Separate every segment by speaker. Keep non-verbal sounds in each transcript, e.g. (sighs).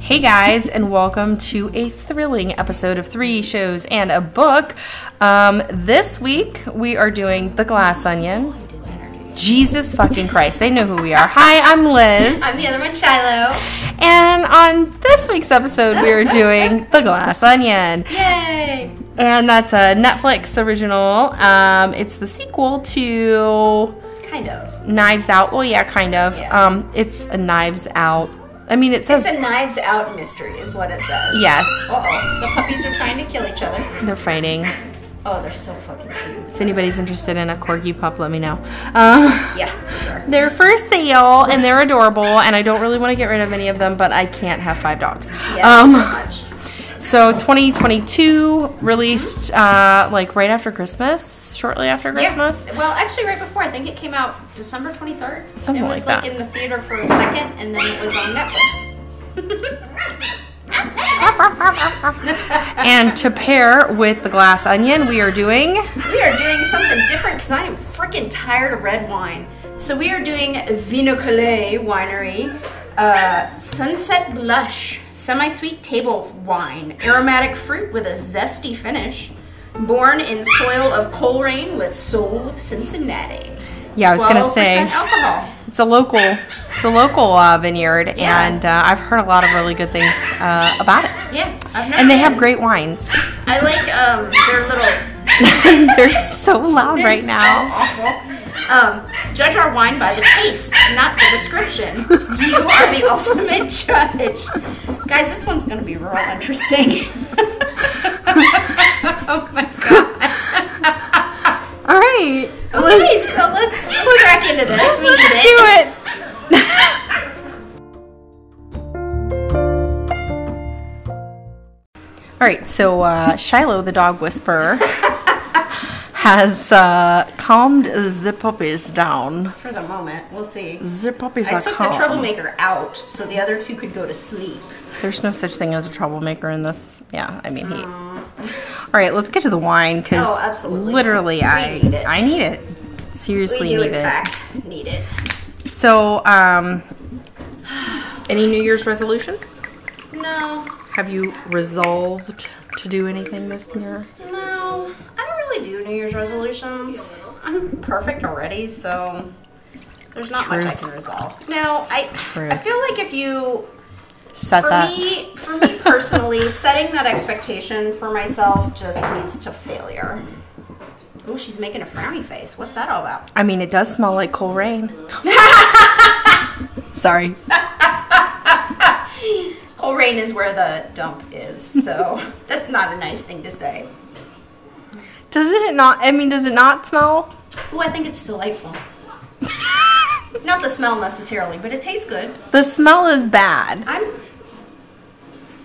Speaker 1: Hey guys, and welcome to a thrilling episode of Three Shows and a Book. Um, this week we are doing The Glass Onion. Jesus fucking Christ, they know who we are. Hi, I'm Liz.
Speaker 2: I'm the other one, Shiloh.
Speaker 1: And on this week's episode, we are doing The Glass Onion.
Speaker 2: Yay!
Speaker 1: And that's a Netflix original. Um, it's the sequel to
Speaker 2: Kind of.
Speaker 1: Knives Out. Well, yeah, kind of.
Speaker 2: Yeah.
Speaker 1: Um, it's a Knives Out. I mean, it says.
Speaker 2: It's a knives out mystery, is what it says.
Speaker 1: yes,
Speaker 2: Uh oh. The puppies are trying to kill each other.
Speaker 1: they're fighting.
Speaker 2: Oh, they're so fucking cute.
Speaker 1: If anybody's interested in a corgi pup, let me know. Um,
Speaker 2: Yeah, for sure.
Speaker 1: they're for sale and they're adorable, and I don't really want to get rid of any of them, but I can't have five dogs.
Speaker 2: Yeah, pretty
Speaker 1: Um,
Speaker 2: much.
Speaker 1: so 2022 released uh, like right after Christmas, shortly after Christmas. (laughs)
Speaker 2: Yeah. Well, actually, right before, I think it came out December 23rd.
Speaker 1: Something
Speaker 2: it was
Speaker 1: like
Speaker 2: like
Speaker 1: that.
Speaker 2: in the theater for a second, and then it was on Netflix.
Speaker 1: and to pair with the glass onion, we are doing
Speaker 2: we are doing something different because I am freaking tired of red wine. So we are doing Vinocle Winery uh, Sunset Blush semi-sweet table wine, aromatic fruit with a zesty finish, born in soil of Coleraine with soul of Cincinnati.
Speaker 1: yeah, I was gonna
Speaker 2: 12%
Speaker 1: say
Speaker 2: alcohol.
Speaker 1: it's a local, it's a local uh, vineyard,
Speaker 2: Yeah.
Speaker 1: and uh, I've heard a lot of really good things uh, about it.
Speaker 2: Yeah, I've never
Speaker 1: And they have
Speaker 2: been.
Speaker 1: great wines. (laughs)
Speaker 2: I like um, their little
Speaker 1: They're so loud (laughs)
Speaker 2: They're
Speaker 1: right
Speaker 2: so
Speaker 1: now.
Speaker 2: awful. Um, judge our wine by the taste, not the description. You are the ultimate judge. Guys, this one's gonna be real interesting. (laughs) oh my god.
Speaker 1: All right,
Speaker 2: Okay, so let's, let's crack into this. We
Speaker 1: let's
Speaker 2: did
Speaker 1: do
Speaker 2: it.
Speaker 1: it.
Speaker 2: (laughs)
Speaker 1: All right, so uh, Shiloh, the dog
Speaker 2: (laughs)
Speaker 1: whisperer, has uh, calmed the puppies down.
Speaker 2: For the moment, we'll see.
Speaker 1: The puppies
Speaker 2: I
Speaker 1: are
Speaker 2: took the
Speaker 1: calm.
Speaker 2: troublemaker out so the other two could go to sleep.
Speaker 1: There's no such thing as a troublemaker in this. Yeah, I mean he. All right, let's get to the wine because
Speaker 2: Oh, absolutely.
Speaker 1: literally,
Speaker 2: We
Speaker 1: I
Speaker 2: need it.
Speaker 1: I need it.
Speaker 2: We
Speaker 1: Seriously,
Speaker 2: do,
Speaker 1: need
Speaker 2: in
Speaker 1: it.
Speaker 2: fact, need it.
Speaker 1: So, um, any New Year's resolutions?
Speaker 2: No,
Speaker 1: Have you resolved to do anything this year?
Speaker 2: No, I don't really do New Year's resolutions. I'm perfect already, so there's not much I
Speaker 1: Truth.
Speaker 2: can resolve. No, I I
Speaker 1: Truth.
Speaker 2: feel like if you
Speaker 1: Set
Speaker 2: for
Speaker 1: that.
Speaker 2: me for me personally, (laughs) setting that expectation for myself just leads to failure. Oh, she's making a frowny face. What's that all about?
Speaker 1: I mean, it does smell like cold (laughs) rain. Sorry.
Speaker 2: Coleraine is where the dump is,
Speaker 1: (laughs)
Speaker 2: so that's not a nice thing to say.
Speaker 1: Doesn't it not? I mean, does it not smell?
Speaker 2: Ooh, I think it's delightful.
Speaker 1: (laughs)
Speaker 2: Not the smell necessarily, but it tastes good.
Speaker 1: the smell is bad.
Speaker 2: I'm.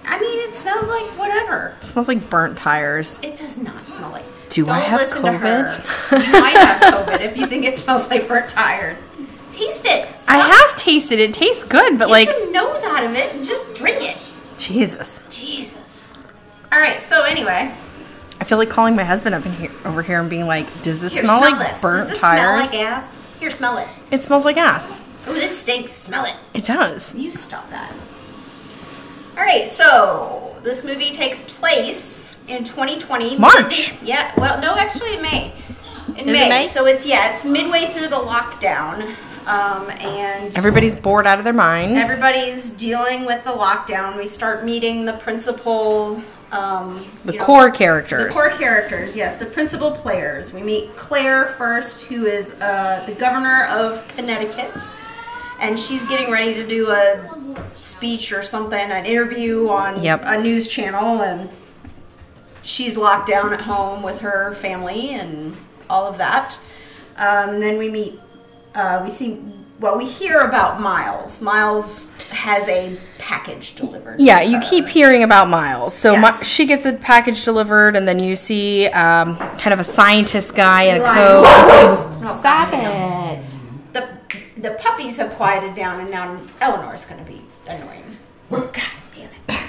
Speaker 2: I mean, it smells like whatever.
Speaker 1: It smells like burnt tires.
Speaker 2: It does not smell like.
Speaker 1: Do I have COVID?
Speaker 2: you might have COVID if you think it smells like burnt tires. Taste it.
Speaker 1: I have tasted it. It tastes good, but
Speaker 2: Like
Speaker 1: like,
Speaker 2: your nose out of it and just drink it.
Speaker 1: Jesus.
Speaker 2: Jesus. All right. So anyway,
Speaker 1: I feel like calling my husband up in here, over here and being like, "Does this
Speaker 2: here,
Speaker 1: smell, like
Speaker 2: this.
Speaker 1: burnt
Speaker 2: does this
Speaker 1: tires?
Speaker 2: Smell like ass. Here, smell it.
Speaker 1: it smells like ass.
Speaker 2: Oh, this stinks. Smell it.
Speaker 1: It does.
Speaker 2: You stop that. All right, so this movie takes place in 2020.
Speaker 1: March.
Speaker 2: Yeah. Well, no, actually, in May. In
Speaker 1: it
Speaker 2: May.
Speaker 1: May?
Speaker 2: So it's yeah, it's midway through the lockdown, um, and
Speaker 1: Everybody's bored out of their minds.
Speaker 2: everybody's dealing with the lockdown. We start meeting the principal. Um,
Speaker 1: the
Speaker 2: you know,
Speaker 1: core characters.
Speaker 2: the core characters, yes, the principal players. We meet Claire first, who is uh, the governor of Connecticut, and she's getting ready to do a speech or something, an interview on
Speaker 1: Yep.
Speaker 2: a news channel, and she's locked down at home with her family and all of that. Um, then we meet, uh, we see, well, we hear about Miles. Miles has a package delivered.
Speaker 1: yeah,
Speaker 2: to
Speaker 1: you
Speaker 2: her.
Speaker 1: keep hearing about Miles. So Mi-
Speaker 2: Uh, Yes.
Speaker 1: she gets a package delivered, and then you see um, kind of a scientist guy in a
Speaker 2: Like-
Speaker 1: coat. who's-
Speaker 2: Stop it. The the puppies have quieted down, and now Eleanor's going to be annoying. God damn it.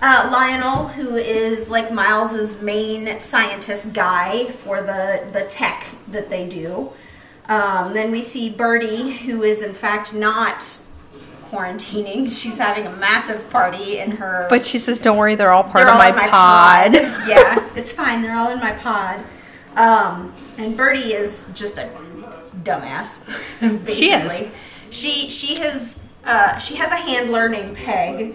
Speaker 2: Uh, Lionel, who is like Miles's main scientist guy for the the tech that they do. Um, then we see Birdie, who is in fact not quarantining. (laughs) She's having a massive party in her.
Speaker 1: But she says, don't worry, they're all part
Speaker 2: They're
Speaker 1: of
Speaker 2: all
Speaker 1: my,
Speaker 2: in
Speaker 1: pod.
Speaker 2: (laughs) yeah, it's fine. They're all in my pod. Um, and Birdie is just a dumbass. (laughs) Basically.
Speaker 1: She is.
Speaker 2: She she has uh, she has a handler named Peg,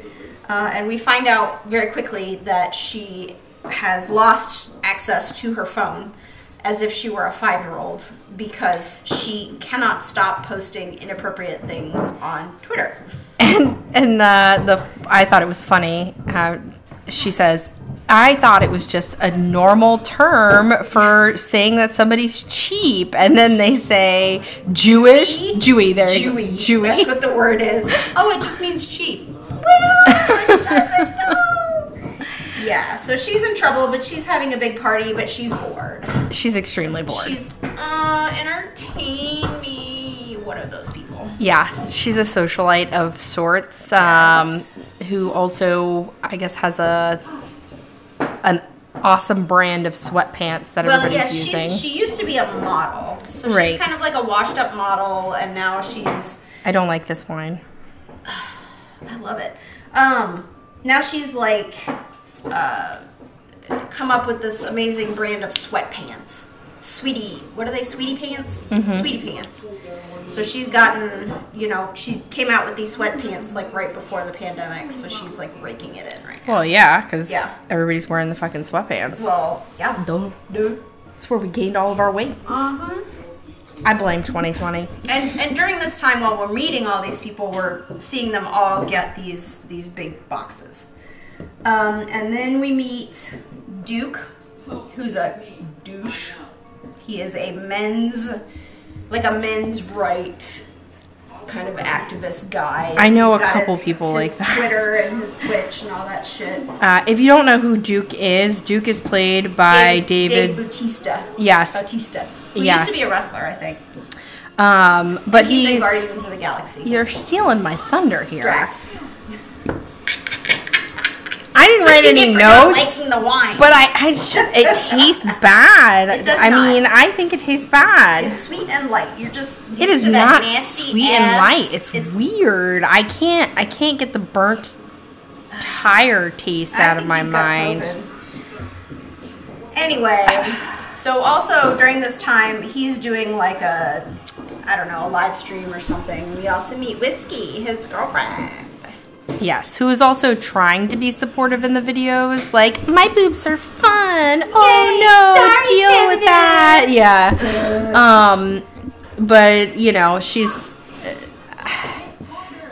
Speaker 2: uh, and we find out very quickly that she has lost access to her phone. As if she were a five year old because she cannot stop posting inappropriate things on Twitter.
Speaker 1: (laughs) And and uh, the I thought it was funny how she says, I thought it was just a normal term for saying that somebody's cheap, and then they say Jewish, Jewy. There, you go.
Speaker 2: Chewy. That's
Speaker 1: Jewy.
Speaker 2: what the word is. (laughs) Oh, it just means cheap. (laughs) Well, it doesn't though. (laughs) Yeah, so she's in trouble, but she's having a big party, but she's bored.
Speaker 1: She's extremely bored.
Speaker 2: She's, uh, entertain me. One of those people.
Speaker 1: yeah, she's a socialite of sorts, um, who also I guess has a an awesome brand of sweatpants that
Speaker 2: Well,
Speaker 1: everybody's
Speaker 2: yes, she,
Speaker 1: using.
Speaker 2: she used to be a model. So she's
Speaker 1: Right.
Speaker 2: kind of like a washed up model, and now she's.
Speaker 1: I don't like this wine.
Speaker 2: I love it. Um, now she's like. Uh, come up with this amazing brand of sweatpants. Sweetie, what are they? Sweetie pants? Sweetie pants. So she's gotten, you know, she came out with these sweatpants like right before the pandemic, so she's like raking it in right now.
Speaker 1: Well, yeah, because
Speaker 2: Yeah.
Speaker 1: everybody's wearing the fucking sweatpants.
Speaker 2: Well, yeah.
Speaker 1: Duh.
Speaker 2: Dude.
Speaker 1: That's where we gained all of our weight.
Speaker 2: Uh-huh.
Speaker 1: I blame 2020.
Speaker 2: And and during this time while we're meeting all these people, we're seeing them all get these these big boxes. Um, and then we meet Duke, who's a douche. He is a men's like a men's right kind of activist guy.
Speaker 1: I know
Speaker 2: He's
Speaker 1: a
Speaker 2: got
Speaker 1: couple
Speaker 2: his-
Speaker 1: people
Speaker 2: his
Speaker 1: like that.
Speaker 2: Twitter and his Twitch and all that shit.
Speaker 1: Uh, if you don't know who Duke is, Duke is played by David.
Speaker 2: Bautista.
Speaker 1: Yes.
Speaker 2: Bautista. Who
Speaker 1: Yes.
Speaker 2: used to be a wrestler, I think.
Speaker 1: Um, but
Speaker 2: He's, in
Speaker 1: he's.
Speaker 2: Guardians of the Galaxy.
Speaker 1: You're stealing my thunder here.
Speaker 2: Drax.
Speaker 1: I didn't
Speaker 2: That's
Speaker 1: write
Speaker 2: what you
Speaker 1: any
Speaker 2: get for not
Speaker 1: notes,
Speaker 2: liking the wine.
Speaker 1: but I, I just, it tastes bad.
Speaker 2: It does
Speaker 1: I
Speaker 2: not.
Speaker 1: mean, I think it tastes bad.
Speaker 2: it's sweet and light. You're just
Speaker 1: It
Speaker 2: used
Speaker 1: is
Speaker 2: to
Speaker 1: not
Speaker 2: that nasty
Speaker 1: sweet and
Speaker 2: ass-
Speaker 1: light. It's, weird. I can't, I can't get the burnt tire taste
Speaker 2: I
Speaker 1: out of
Speaker 2: think
Speaker 1: my
Speaker 2: you've got
Speaker 1: mind.
Speaker 2: COVID. Anyway, so also during this time, he's doing like a, I don't know, a live stream or something. We also meet Whiskey, his girlfriend.
Speaker 1: Yes, who is also trying to be supportive in the videos, like my boobs are fun. oh no,
Speaker 2: sorry,
Speaker 1: deal with that. Yeah. Um, but you know she's. uh,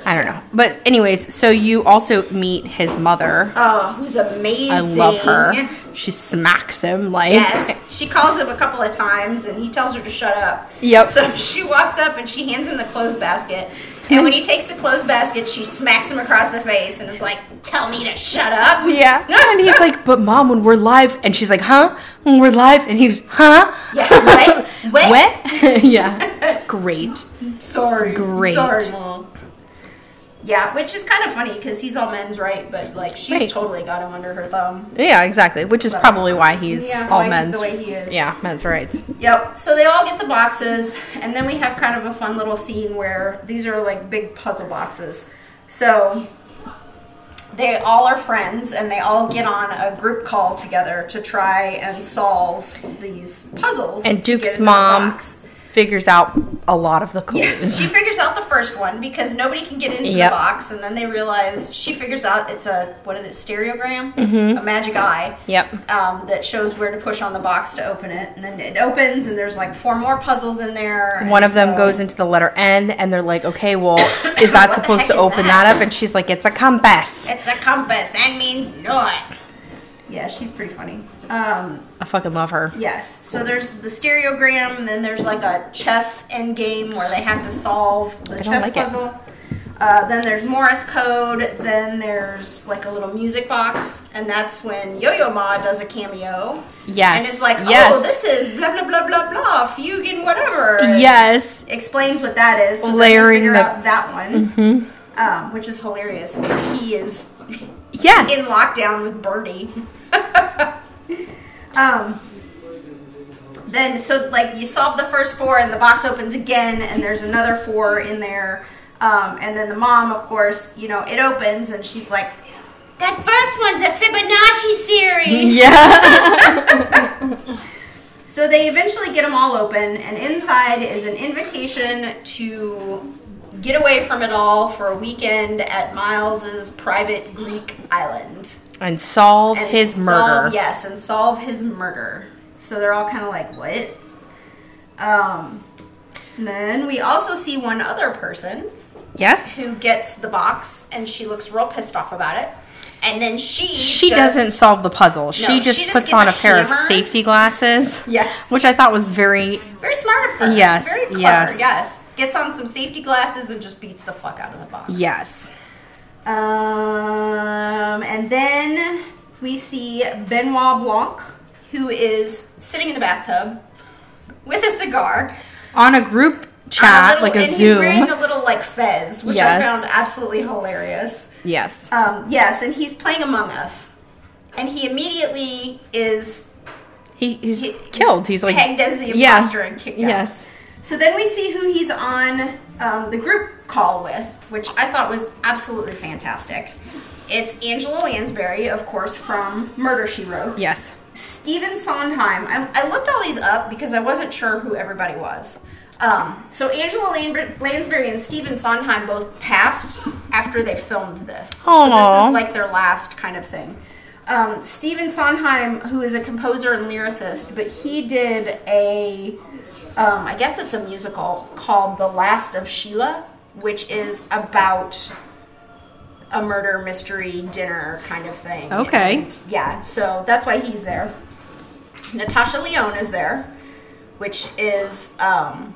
Speaker 1: I don't know, but anyways, so you also meet his mother.
Speaker 2: Oh, who's amazing.
Speaker 1: I love her. She smacks him like.
Speaker 2: Yes, she calls him a couple of times, and he tells her to shut up.
Speaker 1: Yep.
Speaker 2: So (laughs) she walks up and she hands him the clothes basket. And when he takes the clothes basket, she smacks him across the face and is like, "Tell me to shut
Speaker 1: (laughs)
Speaker 2: up." (laughs)
Speaker 1: Yeah. And he's like, but mom, when we're live, and she's like, huh? When we're live, and he's, huh?
Speaker 2: Yeah,
Speaker 1: (laughs)
Speaker 2: what? What?
Speaker 1: what? (laughs) yeah. It's great.
Speaker 2: Sorry.
Speaker 1: Great.
Speaker 2: Sorry, mom. Yeah, which is kind of funny because he's all men's right, but like she's
Speaker 1: Right.
Speaker 2: totally got him under her thumb.
Speaker 1: Yeah, exactly. Which is probably why he's
Speaker 2: Yeah,
Speaker 1: all
Speaker 2: why he's
Speaker 1: men's.
Speaker 2: the way he is.
Speaker 1: Yeah, men's rights.
Speaker 2: Yep. So they all get the boxes, and then we have kind of a fun little scene where these are like big puzzle boxes. So they all are friends, and they all get on a group call together to try and solve these puzzles.
Speaker 1: And
Speaker 2: to
Speaker 1: Duke's
Speaker 2: get in the
Speaker 1: mom
Speaker 2: box.
Speaker 1: figures out a lot of the (laughs)
Speaker 2: Yeah,
Speaker 1: clues.
Speaker 2: she figures out the first one because nobody can get into
Speaker 1: Yep.
Speaker 2: the box, and then they realize she figures out it's a what is it, stereogram, a magic eye.
Speaker 1: Mm-hmm. Yep.
Speaker 2: Um, that shows where to push on the box to open it, and then it opens, and there's like four more puzzles in there. and
Speaker 1: One of them
Speaker 2: so-
Speaker 1: goes into the letter N, and they're like, okay,
Speaker 2: (coughs)
Speaker 1: well, is that
Speaker 2: What the
Speaker 1: supposed
Speaker 2: heck
Speaker 1: to
Speaker 2: is
Speaker 1: open
Speaker 2: that?
Speaker 1: that? up? And she's like, it's a compass.
Speaker 2: It's a compass. That means north. Yeah, she's pretty funny. Um,
Speaker 1: I fucking love her.
Speaker 2: yes. So there's the stereogram, and then there's like a chess end game where they have to solve the
Speaker 1: don't
Speaker 2: chess
Speaker 1: like it.
Speaker 2: puzzle. Uh, then there's Morse code. Then there's like a little music box, and that's when Yo-Yo Ma does a cameo.
Speaker 1: Yes.
Speaker 2: And it's like,
Speaker 1: yes.
Speaker 2: oh, this is blah blah blah blah blah, fugue and whatever. And
Speaker 1: Yes.
Speaker 2: Explains what that is. So then they
Speaker 1: Layering
Speaker 2: figure
Speaker 1: the- Mm-hmm.
Speaker 2: out that one, um, which is hilarious. that He is
Speaker 1: Yes.
Speaker 2: in lockdown with Birdie. (laughs) um, then so like you solve the first four and the box opens again and there's another four in there. Um, and then the mom, of course, you know, it opens and she's like, that first one's a Fibonacci
Speaker 1: (laughs) (laughs)
Speaker 2: series. (laughs)
Speaker 1: Yeah.
Speaker 2: So they eventually get them all open, and inside is an invitation to get away from it all for a weekend at Miles's private Greek island.
Speaker 1: and solve
Speaker 2: and
Speaker 1: his
Speaker 2: solve-
Speaker 1: murder.
Speaker 2: Yes, and solve his murder. So they're all kind of like, what? Um, and then we also see one other person
Speaker 1: Yes.
Speaker 2: who gets the box, and she looks real pissed off about it. And then she
Speaker 1: She
Speaker 2: just-
Speaker 1: doesn't solve the puzzle. she just
Speaker 2: she just
Speaker 1: puts
Speaker 2: gets
Speaker 1: on
Speaker 2: a
Speaker 1: a pair of
Speaker 2: hammer.
Speaker 1: safety glasses.
Speaker 2: Yes.
Speaker 1: Which I thought was very
Speaker 2: Very smart of her.
Speaker 1: Yes,
Speaker 2: Very clever.
Speaker 1: yes.
Speaker 2: Yes. Gets on some safety glasses and just beats the fuck out of the box.
Speaker 1: yes.
Speaker 2: Um, and then we see Benoit Blanc, who is sitting in the bathtub with a cigar.
Speaker 1: On a group chat,
Speaker 2: on little-
Speaker 1: like a
Speaker 2: and He's
Speaker 1: Zoom.
Speaker 2: wearing a little like fez, which
Speaker 1: Yes.
Speaker 2: I found absolutely hilarious.
Speaker 1: yes.
Speaker 2: Um, yes, and he's playing Among Us, and he immediately is
Speaker 1: He, he's
Speaker 2: he-
Speaker 1: killed. He's like
Speaker 2: pegged as the
Speaker 1: Yeah.
Speaker 2: imposter and kicked out.
Speaker 1: Yes.
Speaker 2: So then we see who he's on um, the group call with, which I thought was absolutely fantastic. It's Angela Lansbury, of course, from Murder She Wrote.
Speaker 1: Yes.
Speaker 2: Stephen Sondheim. I, I looked all these up because I wasn't sure who everybody was. Um, so Angela Lan- Lansbury and Stephen Sondheim both passed after they filmed this. So this
Speaker 1: Aw.
Speaker 2: is like their last kind of thing. Um, Stephen Sondheim, who is a composer and lyricist, but he did a, um, I guess it's a musical called The Last of Sheila, which is about a murder mystery dinner kind of thing.
Speaker 1: Okay.
Speaker 2: And yeah, so that's why he's there. Natasha Leone is there, which is um,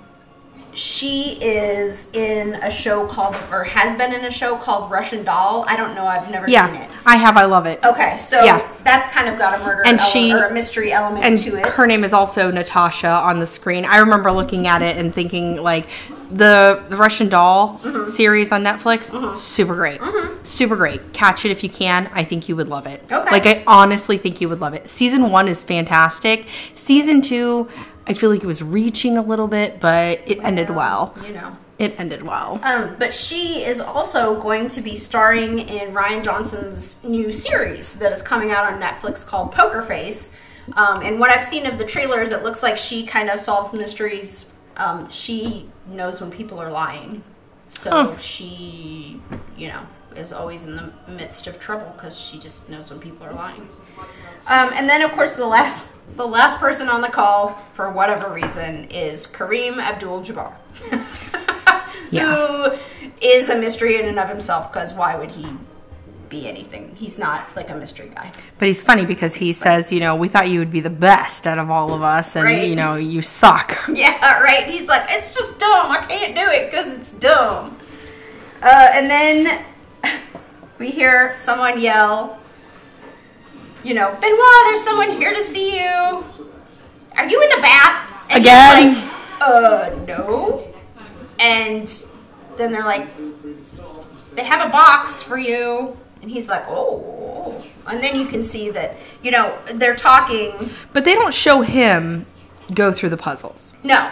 Speaker 2: she is in a show called or has been in a show called Russian Doll. I don't know. I've never seen
Speaker 1: Yeah.
Speaker 2: it.
Speaker 1: I have. I love it.
Speaker 2: Okay, so
Speaker 1: Yeah.
Speaker 2: that's kind of got a murder
Speaker 1: And
Speaker 2: ele-
Speaker 1: she-
Speaker 2: or a mystery element
Speaker 1: and
Speaker 2: to it.
Speaker 1: her name is also Natasha on the screen. I remember looking at it and thinking like the the Russian Doll
Speaker 2: Mm-hmm.
Speaker 1: series on Netflix, super great, super great. Catch it if you can. I think you would love it.
Speaker 2: Okay.
Speaker 1: Like I honestly think you would love it. Season one is fantastic. Season two, I feel like it was reaching a little bit, but it ended well.
Speaker 2: you know.
Speaker 1: It ended well.
Speaker 2: Um, but she is also going to be starring in Ryan Johnson's new series that is coming out on Netflix called Poker Face. Um, and what I've seen of the trailers, it looks like she kind of solves mysteries. Um, she knows when people are lying. So she, you know, is always in the midst of trouble because she just knows when people are lying. Um, and then, of course, the last the last person on the call for whatever reason is Kareem Abdul-Jabbar, (laughs)
Speaker 1: Yeah.
Speaker 2: who is a mystery in and of himself. Because why would he be anything? He's not like a mystery guy.
Speaker 1: But he's funny because he says, you know, we thought you would be the best out of all of us, and
Speaker 2: Right.
Speaker 1: you know, you suck. (laughs)
Speaker 2: (laughs) Yeah, right. He's like, it's just dumb. I can't do it because it's dumb. Uh, and then (laughs) we hear someone yell, you know, Benoit, there's someone here to see you. Are you in the bath? And he's
Speaker 1: Again?
Speaker 2: like, uh, no. And then they're like, they have a box for you. And he's like, oh. And then you can see that, you know, they're talking.
Speaker 1: But they don't show him go through the puzzles.
Speaker 2: No,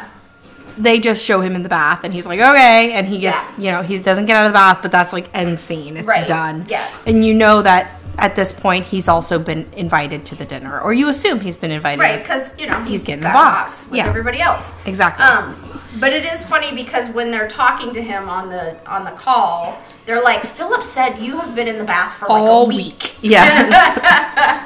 Speaker 1: They just show him in the bath, and he's like, okay, and he gets,
Speaker 2: Yeah.
Speaker 1: you know, he doesn't get out of the bath, but that's like end scene. It's
Speaker 2: Right.
Speaker 1: done.
Speaker 2: Yes.
Speaker 1: And you know that at this point he's also been invited to the dinner, or you assume he's been invited.
Speaker 2: Right, because you know
Speaker 1: He's getting
Speaker 2: got
Speaker 1: the box.
Speaker 2: with
Speaker 1: Yeah.
Speaker 2: everybody else.
Speaker 1: Exactly.
Speaker 2: Um, but it is funny because when they're talking to him on the on the call, they're like, "Philip said you have been in the bath for like
Speaker 1: all
Speaker 2: a
Speaker 1: week. (laughs) Yes.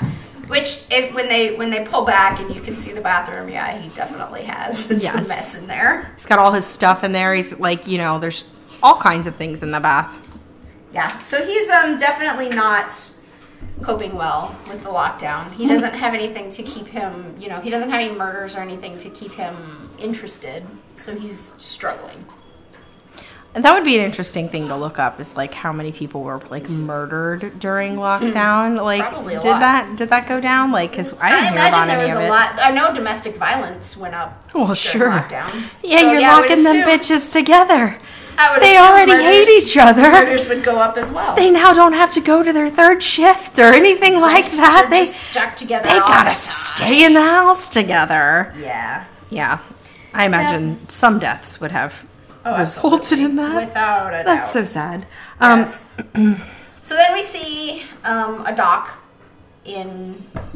Speaker 2: Which, if, when they when they pull back and you can see the bathroom, yeah, he definitely has. (laughs) It's
Speaker 1: Yes.
Speaker 2: a mess in there.
Speaker 1: he's got all his stuff in there. He's like, you know, there's all kinds of things in the bath.
Speaker 2: Yeah. So he's um definitely not coping well with the lockdown.
Speaker 1: Mm-hmm.
Speaker 2: He doesn't have anything to keep him. You know, he doesn't have any murders or anything to keep him interested. So he's struggling.
Speaker 1: And that would be an interesting thing to look up is like how many people were like murdered during lockdown. Like,
Speaker 2: Mm. Probably a
Speaker 1: did
Speaker 2: lot.
Speaker 1: that did that go down? Like, because I didn't hear
Speaker 2: I
Speaker 1: about
Speaker 2: imagine there
Speaker 1: any
Speaker 2: was
Speaker 1: of
Speaker 2: a
Speaker 1: it.
Speaker 2: lot. I know domestic violence went up.
Speaker 1: Well,
Speaker 2: during
Speaker 1: sure.
Speaker 2: Lockdown.
Speaker 1: Yeah, you're
Speaker 2: So, I would
Speaker 1: locking them
Speaker 2: assume-
Speaker 1: bitches together.
Speaker 2: I would
Speaker 1: They
Speaker 2: assume
Speaker 1: already hate
Speaker 2: murders-
Speaker 1: each other.
Speaker 2: Murders would go up as well.
Speaker 1: They now don't have to go to their third shift or anything like that.
Speaker 2: They're
Speaker 1: They
Speaker 2: just stuck together.
Speaker 1: they
Speaker 2: all
Speaker 1: gotta
Speaker 2: the
Speaker 1: stay in the house together.
Speaker 2: time. Yeah. Oh,
Speaker 1: Yeah, I imagine some deaths would have resulted in that.
Speaker 2: Without a
Speaker 1: That's so
Speaker 2: doubt.
Speaker 1: sad. Um,
Speaker 2: Yes. (clears throat) so then we see um, a dock in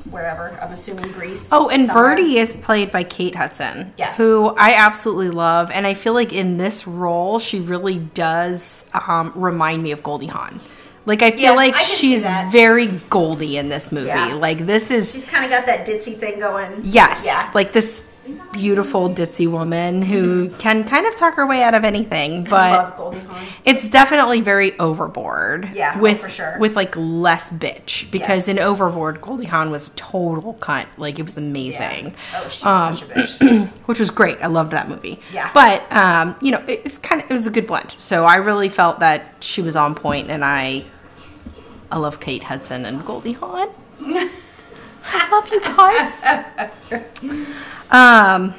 Speaker 2: wherever, I'm assuming Greece.
Speaker 1: Oh, and
Speaker 2: somewhere.
Speaker 1: Birdie is played by Kate Hudson,
Speaker 2: Yes.
Speaker 1: who I absolutely love, and I feel like in this role she really does um, remind me of Goldie Hawn. Like I feel
Speaker 2: Yeah,
Speaker 1: like
Speaker 2: I can see
Speaker 1: she's
Speaker 2: that.
Speaker 1: very Goldie in this movie.
Speaker 2: Yeah.
Speaker 1: Like this is
Speaker 2: She's kind of got that ditzy thing going.
Speaker 1: yes,
Speaker 2: Yeah.
Speaker 1: like this beautiful ditzy woman who can kind of talk her way out of anything, but
Speaker 2: Mm-hmm. Love Goldie Hawn.
Speaker 1: it's definitely very overboard.
Speaker 2: Yeah, oh,
Speaker 1: with
Speaker 2: for sure.
Speaker 1: with like less bitch because
Speaker 2: Yes.
Speaker 1: in Overboard Goldie Hawn was total cunt. Like it was amazing.
Speaker 2: Oh, she's such
Speaker 1: um,
Speaker 2: a bitch.
Speaker 1: which was great. I loved that movie.
Speaker 2: Yeah.
Speaker 1: But um, you know, it, it's kind of it was a good blend. So I really felt that she was on point, and I, I love Kate Hudson and Goldie
Speaker 2: (laughs)
Speaker 1: Hawn. I love you guys. um,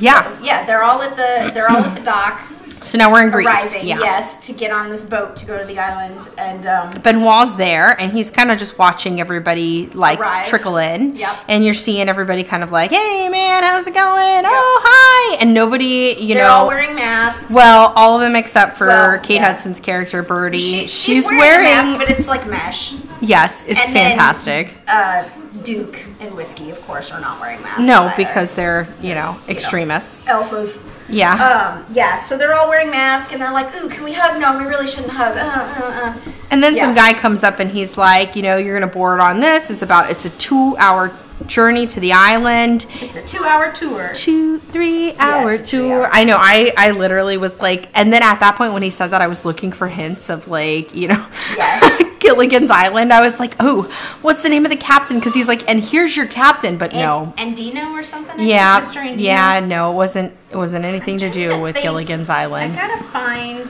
Speaker 1: yeah.
Speaker 2: yeah, they're all at the they're all
Speaker 1: (clears throat)
Speaker 2: at the dock,
Speaker 1: So now we're in Greece.
Speaker 2: arriving.
Speaker 1: yeah.
Speaker 2: Yes, to get on this boat to go to the island, and um,
Speaker 1: Benoit's there and he's kind of just watching everybody like
Speaker 2: Arrive.
Speaker 1: trickle in.
Speaker 2: Yep.
Speaker 1: And you're seeing everybody kind of like, hey man, how's it going? Oh, hi. And nobody, you
Speaker 2: they're
Speaker 1: know.
Speaker 2: all wearing masks.
Speaker 1: Well, all of them except for
Speaker 2: Well,
Speaker 1: Kate
Speaker 2: yeah.
Speaker 1: Hudson's character Birdie.
Speaker 2: She-
Speaker 1: she's,
Speaker 2: a
Speaker 1: wearing,
Speaker 2: mask, but it's like mesh.
Speaker 1: yes, it's
Speaker 2: And then-
Speaker 1: fantastic.
Speaker 2: Uh, Duke and whiskey, of course, are not wearing masks.
Speaker 1: no,
Speaker 2: either.
Speaker 1: because they're you know
Speaker 2: Uh,
Speaker 1: extremists.
Speaker 2: elfos.
Speaker 1: Yeah,
Speaker 2: Um, yeah, so they're all wearing masks, and they're like, "Ooh, can we hug? No, we really shouldn't hug." Uh, uh, uh.
Speaker 1: and then some
Speaker 2: yeah.
Speaker 1: guy comes up and he's like, you know, you're gonna board on this. It's about it's a two hour journey to the island.
Speaker 2: It's a two-hour tour.
Speaker 1: two three hour
Speaker 2: it's a three
Speaker 1: tour
Speaker 2: hour.
Speaker 1: i know i i literally was like and then at that point when he said that i was looking for hints of like you know
Speaker 2: Yes.
Speaker 1: (laughs) gilligan's island i was like oh what's the name of the captain because he's like and here's your captain but no
Speaker 2: and Dino or something. I think,
Speaker 1: yeah
Speaker 2: Mr. and Dino.
Speaker 1: yeah no it wasn't it wasn't anything to do
Speaker 2: trying to
Speaker 1: with
Speaker 2: think.
Speaker 1: gilligan's
Speaker 2: I
Speaker 1: island
Speaker 2: gotta find.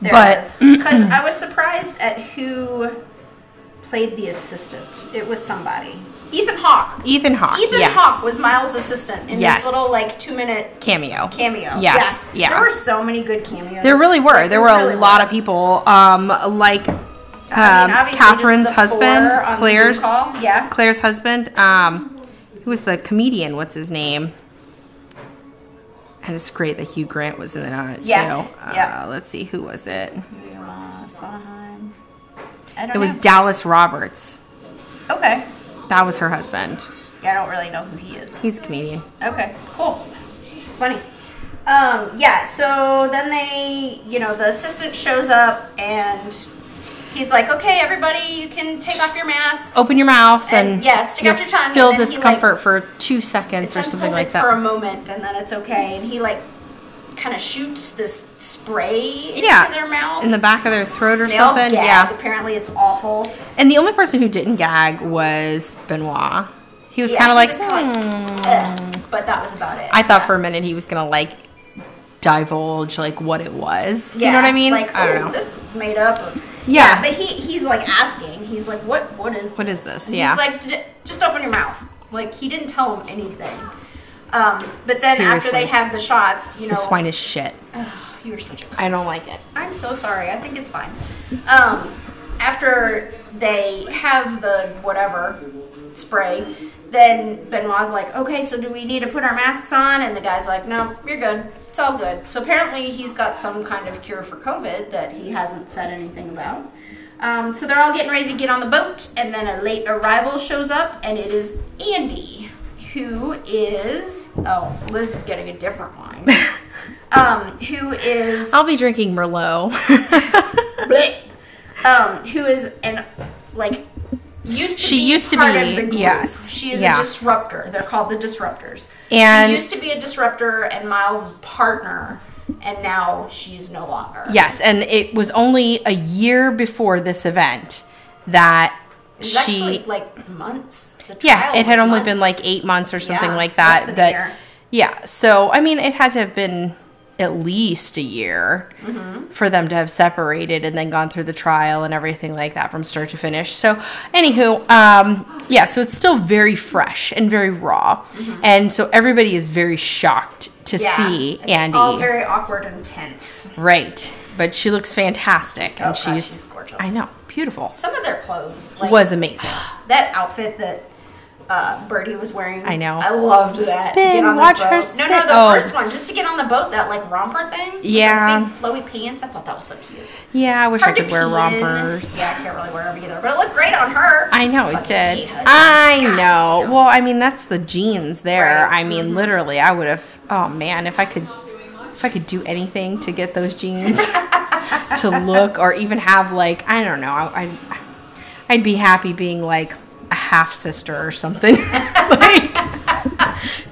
Speaker 2: There
Speaker 1: But-
Speaker 2: because I was surprised at who played the assistant. It was somebody. Ethan Hawke.
Speaker 1: ethan hawke
Speaker 2: Ethan
Speaker 1: yes
Speaker 2: Hawke was Miles' assistant in
Speaker 1: Yes.
Speaker 2: this little like two-minute
Speaker 1: cameo
Speaker 2: cameo.
Speaker 1: yes yeah,
Speaker 2: There were so many good cameos.
Speaker 1: There really were.
Speaker 2: Like,
Speaker 1: there were
Speaker 2: really
Speaker 1: a lot of people, um, like um,
Speaker 2: I mean, obviously, just
Speaker 1: Catherine's
Speaker 2: the four on the
Speaker 1: husband,
Speaker 2: Zoom
Speaker 1: Claire's
Speaker 2: call. Yeah.
Speaker 1: Claire's husband. Um, who was the comedian? What's his name? And it's great that Hugh Grant was in it on it
Speaker 2: Yeah,
Speaker 1: too. Uh,
Speaker 2: yeah.
Speaker 1: Let's see who was it.
Speaker 2: Uh, Sondheim. I don't
Speaker 1: It was
Speaker 2: know.
Speaker 1: Dallas Roberts.
Speaker 2: okay.
Speaker 1: That was her husband.
Speaker 2: Yeah, I don't really know who he is.
Speaker 1: He's a comedian.
Speaker 2: Okay, cool. Funny. Um, yeah, so then they, you know, the assistant shows up and he's like, okay, everybody, you can take off your masks.
Speaker 1: Open your mouth
Speaker 2: And,
Speaker 1: and,
Speaker 2: yeah, stick out your tongue, and
Speaker 1: Feel
Speaker 2: then he, like-
Speaker 1: discomfort for two seconds or something like that.
Speaker 2: for a moment and then it's okay. And he, like, kind of shoots this spray into
Speaker 1: yeah,
Speaker 2: their mouth.
Speaker 1: in the back of their throat or
Speaker 2: they all
Speaker 1: something.
Speaker 2: gag.
Speaker 1: Yeah,
Speaker 2: Apparently it's awful.
Speaker 1: And the only person who didn't gag was Benoit. He was
Speaker 2: Yeah,
Speaker 1: kind of
Speaker 2: he
Speaker 1: like, "Hmm."
Speaker 2: was kinda like, "Ugh," but that was about it.
Speaker 1: I thought for a minute he was gonna like divulge like what it was. you know what I mean?
Speaker 2: Like,
Speaker 1: I don't
Speaker 2: "Oh,
Speaker 1: know.
Speaker 2: This is made up of.
Speaker 1: Yeah.
Speaker 2: but he he's like asking. He's like, what What is?
Speaker 1: What is this?
Speaker 2: And
Speaker 1: Yeah.
Speaker 2: He's like, "D- just open your mouth. Like he didn't tell him anything. Um, but then after
Speaker 1: Seriously.
Speaker 2: they have the shots, you know,
Speaker 1: This swine is shit.
Speaker 2: Ugh, you were such a.
Speaker 1: I don't
Speaker 2: (laughs)
Speaker 1: like it.
Speaker 2: I'm so sorry. I think it's fine. Um, after they have the whatever spray, then Benoit's like, okay, so do we need to put our masks on? And the guy's like, no, you're good. It's all good. So apparently he's got some kind of cure for COVID that he hasn't said anything about. Um, so they're all getting ready to get on the boat, and then a late arrival shows up, and it is Andy, who is oh, Liz is getting a different wine. um, who is
Speaker 1: I'll be drinking Merlot. (laughs)
Speaker 2: Blech. um, who is an like used to
Speaker 1: She
Speaker 2: be
Speaker 1: used to
Speaker 2: part
Speaker 1: be,
Speaker 2: of the group.
Speaker 1: yes,
Speaker 2: she is
Speaker 1: yeah.
Speaker 2: a disruptor. They're called the disruptors.
Speaker 1: And-
Speaker 2: she used to be a disruptor and Miles' partner, and now she's no longer.
Speaker 1: yes, and it was only a year before this event that
Speaker 2: It was
Speaker 1: she.
Speaker 2: actually like months. The
Speaker 1: yeah,
Speaker 2: trial
Speaker 1: it had
Speaker 2: was
Speaker 1: only been
Speaker 2: months.
Speaker 1: like eight months or something
Speaker 2: Yeah,
Speaker 1: like
Speaker 2: less
Speaker 1: that.
Speaker 2: than a
Speaker 1: That
Speaker 2: year.
Speaker 1: yeah. So I mean, it had to have been at least a year
Speaker 2: Mm-hmm.
Speaker 1: for them to have separated and then gone through the trial and everything like that from start to finish. So anywho, um, yeah. So it's still very fresh and very raw, and so everybody is very shocked to
Speaker 2: Mm-hmm. Yeah,
Speaker 1: see
Speaker 2: it's
Speaker 1: Andy.
Speaker 2: all very awkward and tense.
Speaker 1: right, but she looks fantastic, and
Speaker 2: Oh, gosh,
Speaker 1: she's,
Speaker 2: she's gorgeous.
Speaker 1: I know, beautiful.
Speaker 2: (gasps) Some of their clothes like,
Speaker 1: was amazing.
Speaker 2: that outfit that uh, Birdie was wearing.
Speaker 1: I know.
Speaker 2: I loved that. to
Speaker 1: Spin,
Speaker 2: get on the
Speaker 1: watch her
Speaker 2: boat.
Speaker 1: spin.
Speaker 2: No, no, the
Speaker 1: Oh.
Speaker 2: first one, just to get on the boat, that like romper thing. with the
Speaker 1: Yeah.
Speaker 2: Big flowy pants. I thought that was so cute.
Speaker 1: Yeah, I wish
Speaker 2: Hard
Speaker 1: I
Speaker 2: to
Speaker 1: could wear
Speaker 2: pee in.
Speaker 1: rompers.
Speaker 2: Yeah, I can't really wear them either, but it looked great on her.
Speaker 1: I know it
Speaker 2: Fucking
Speaker 1: did. Ah!
Speaker 2: Kate Hudson.
Speaker 1: I
Speaker 2: God
Speaker 1: know. Mm-hmm.
Speaker 2: damn.
Speaker 1: Well, I mean that's the genes there.
Speaker 2: Right.
Speaker 1: I mean literally I would have oh man, if I could if I could do anything to get those jeans (laughs) to look or even have like I don't know, I I'd, I'd be happy being like a half sister or (laughs) something. like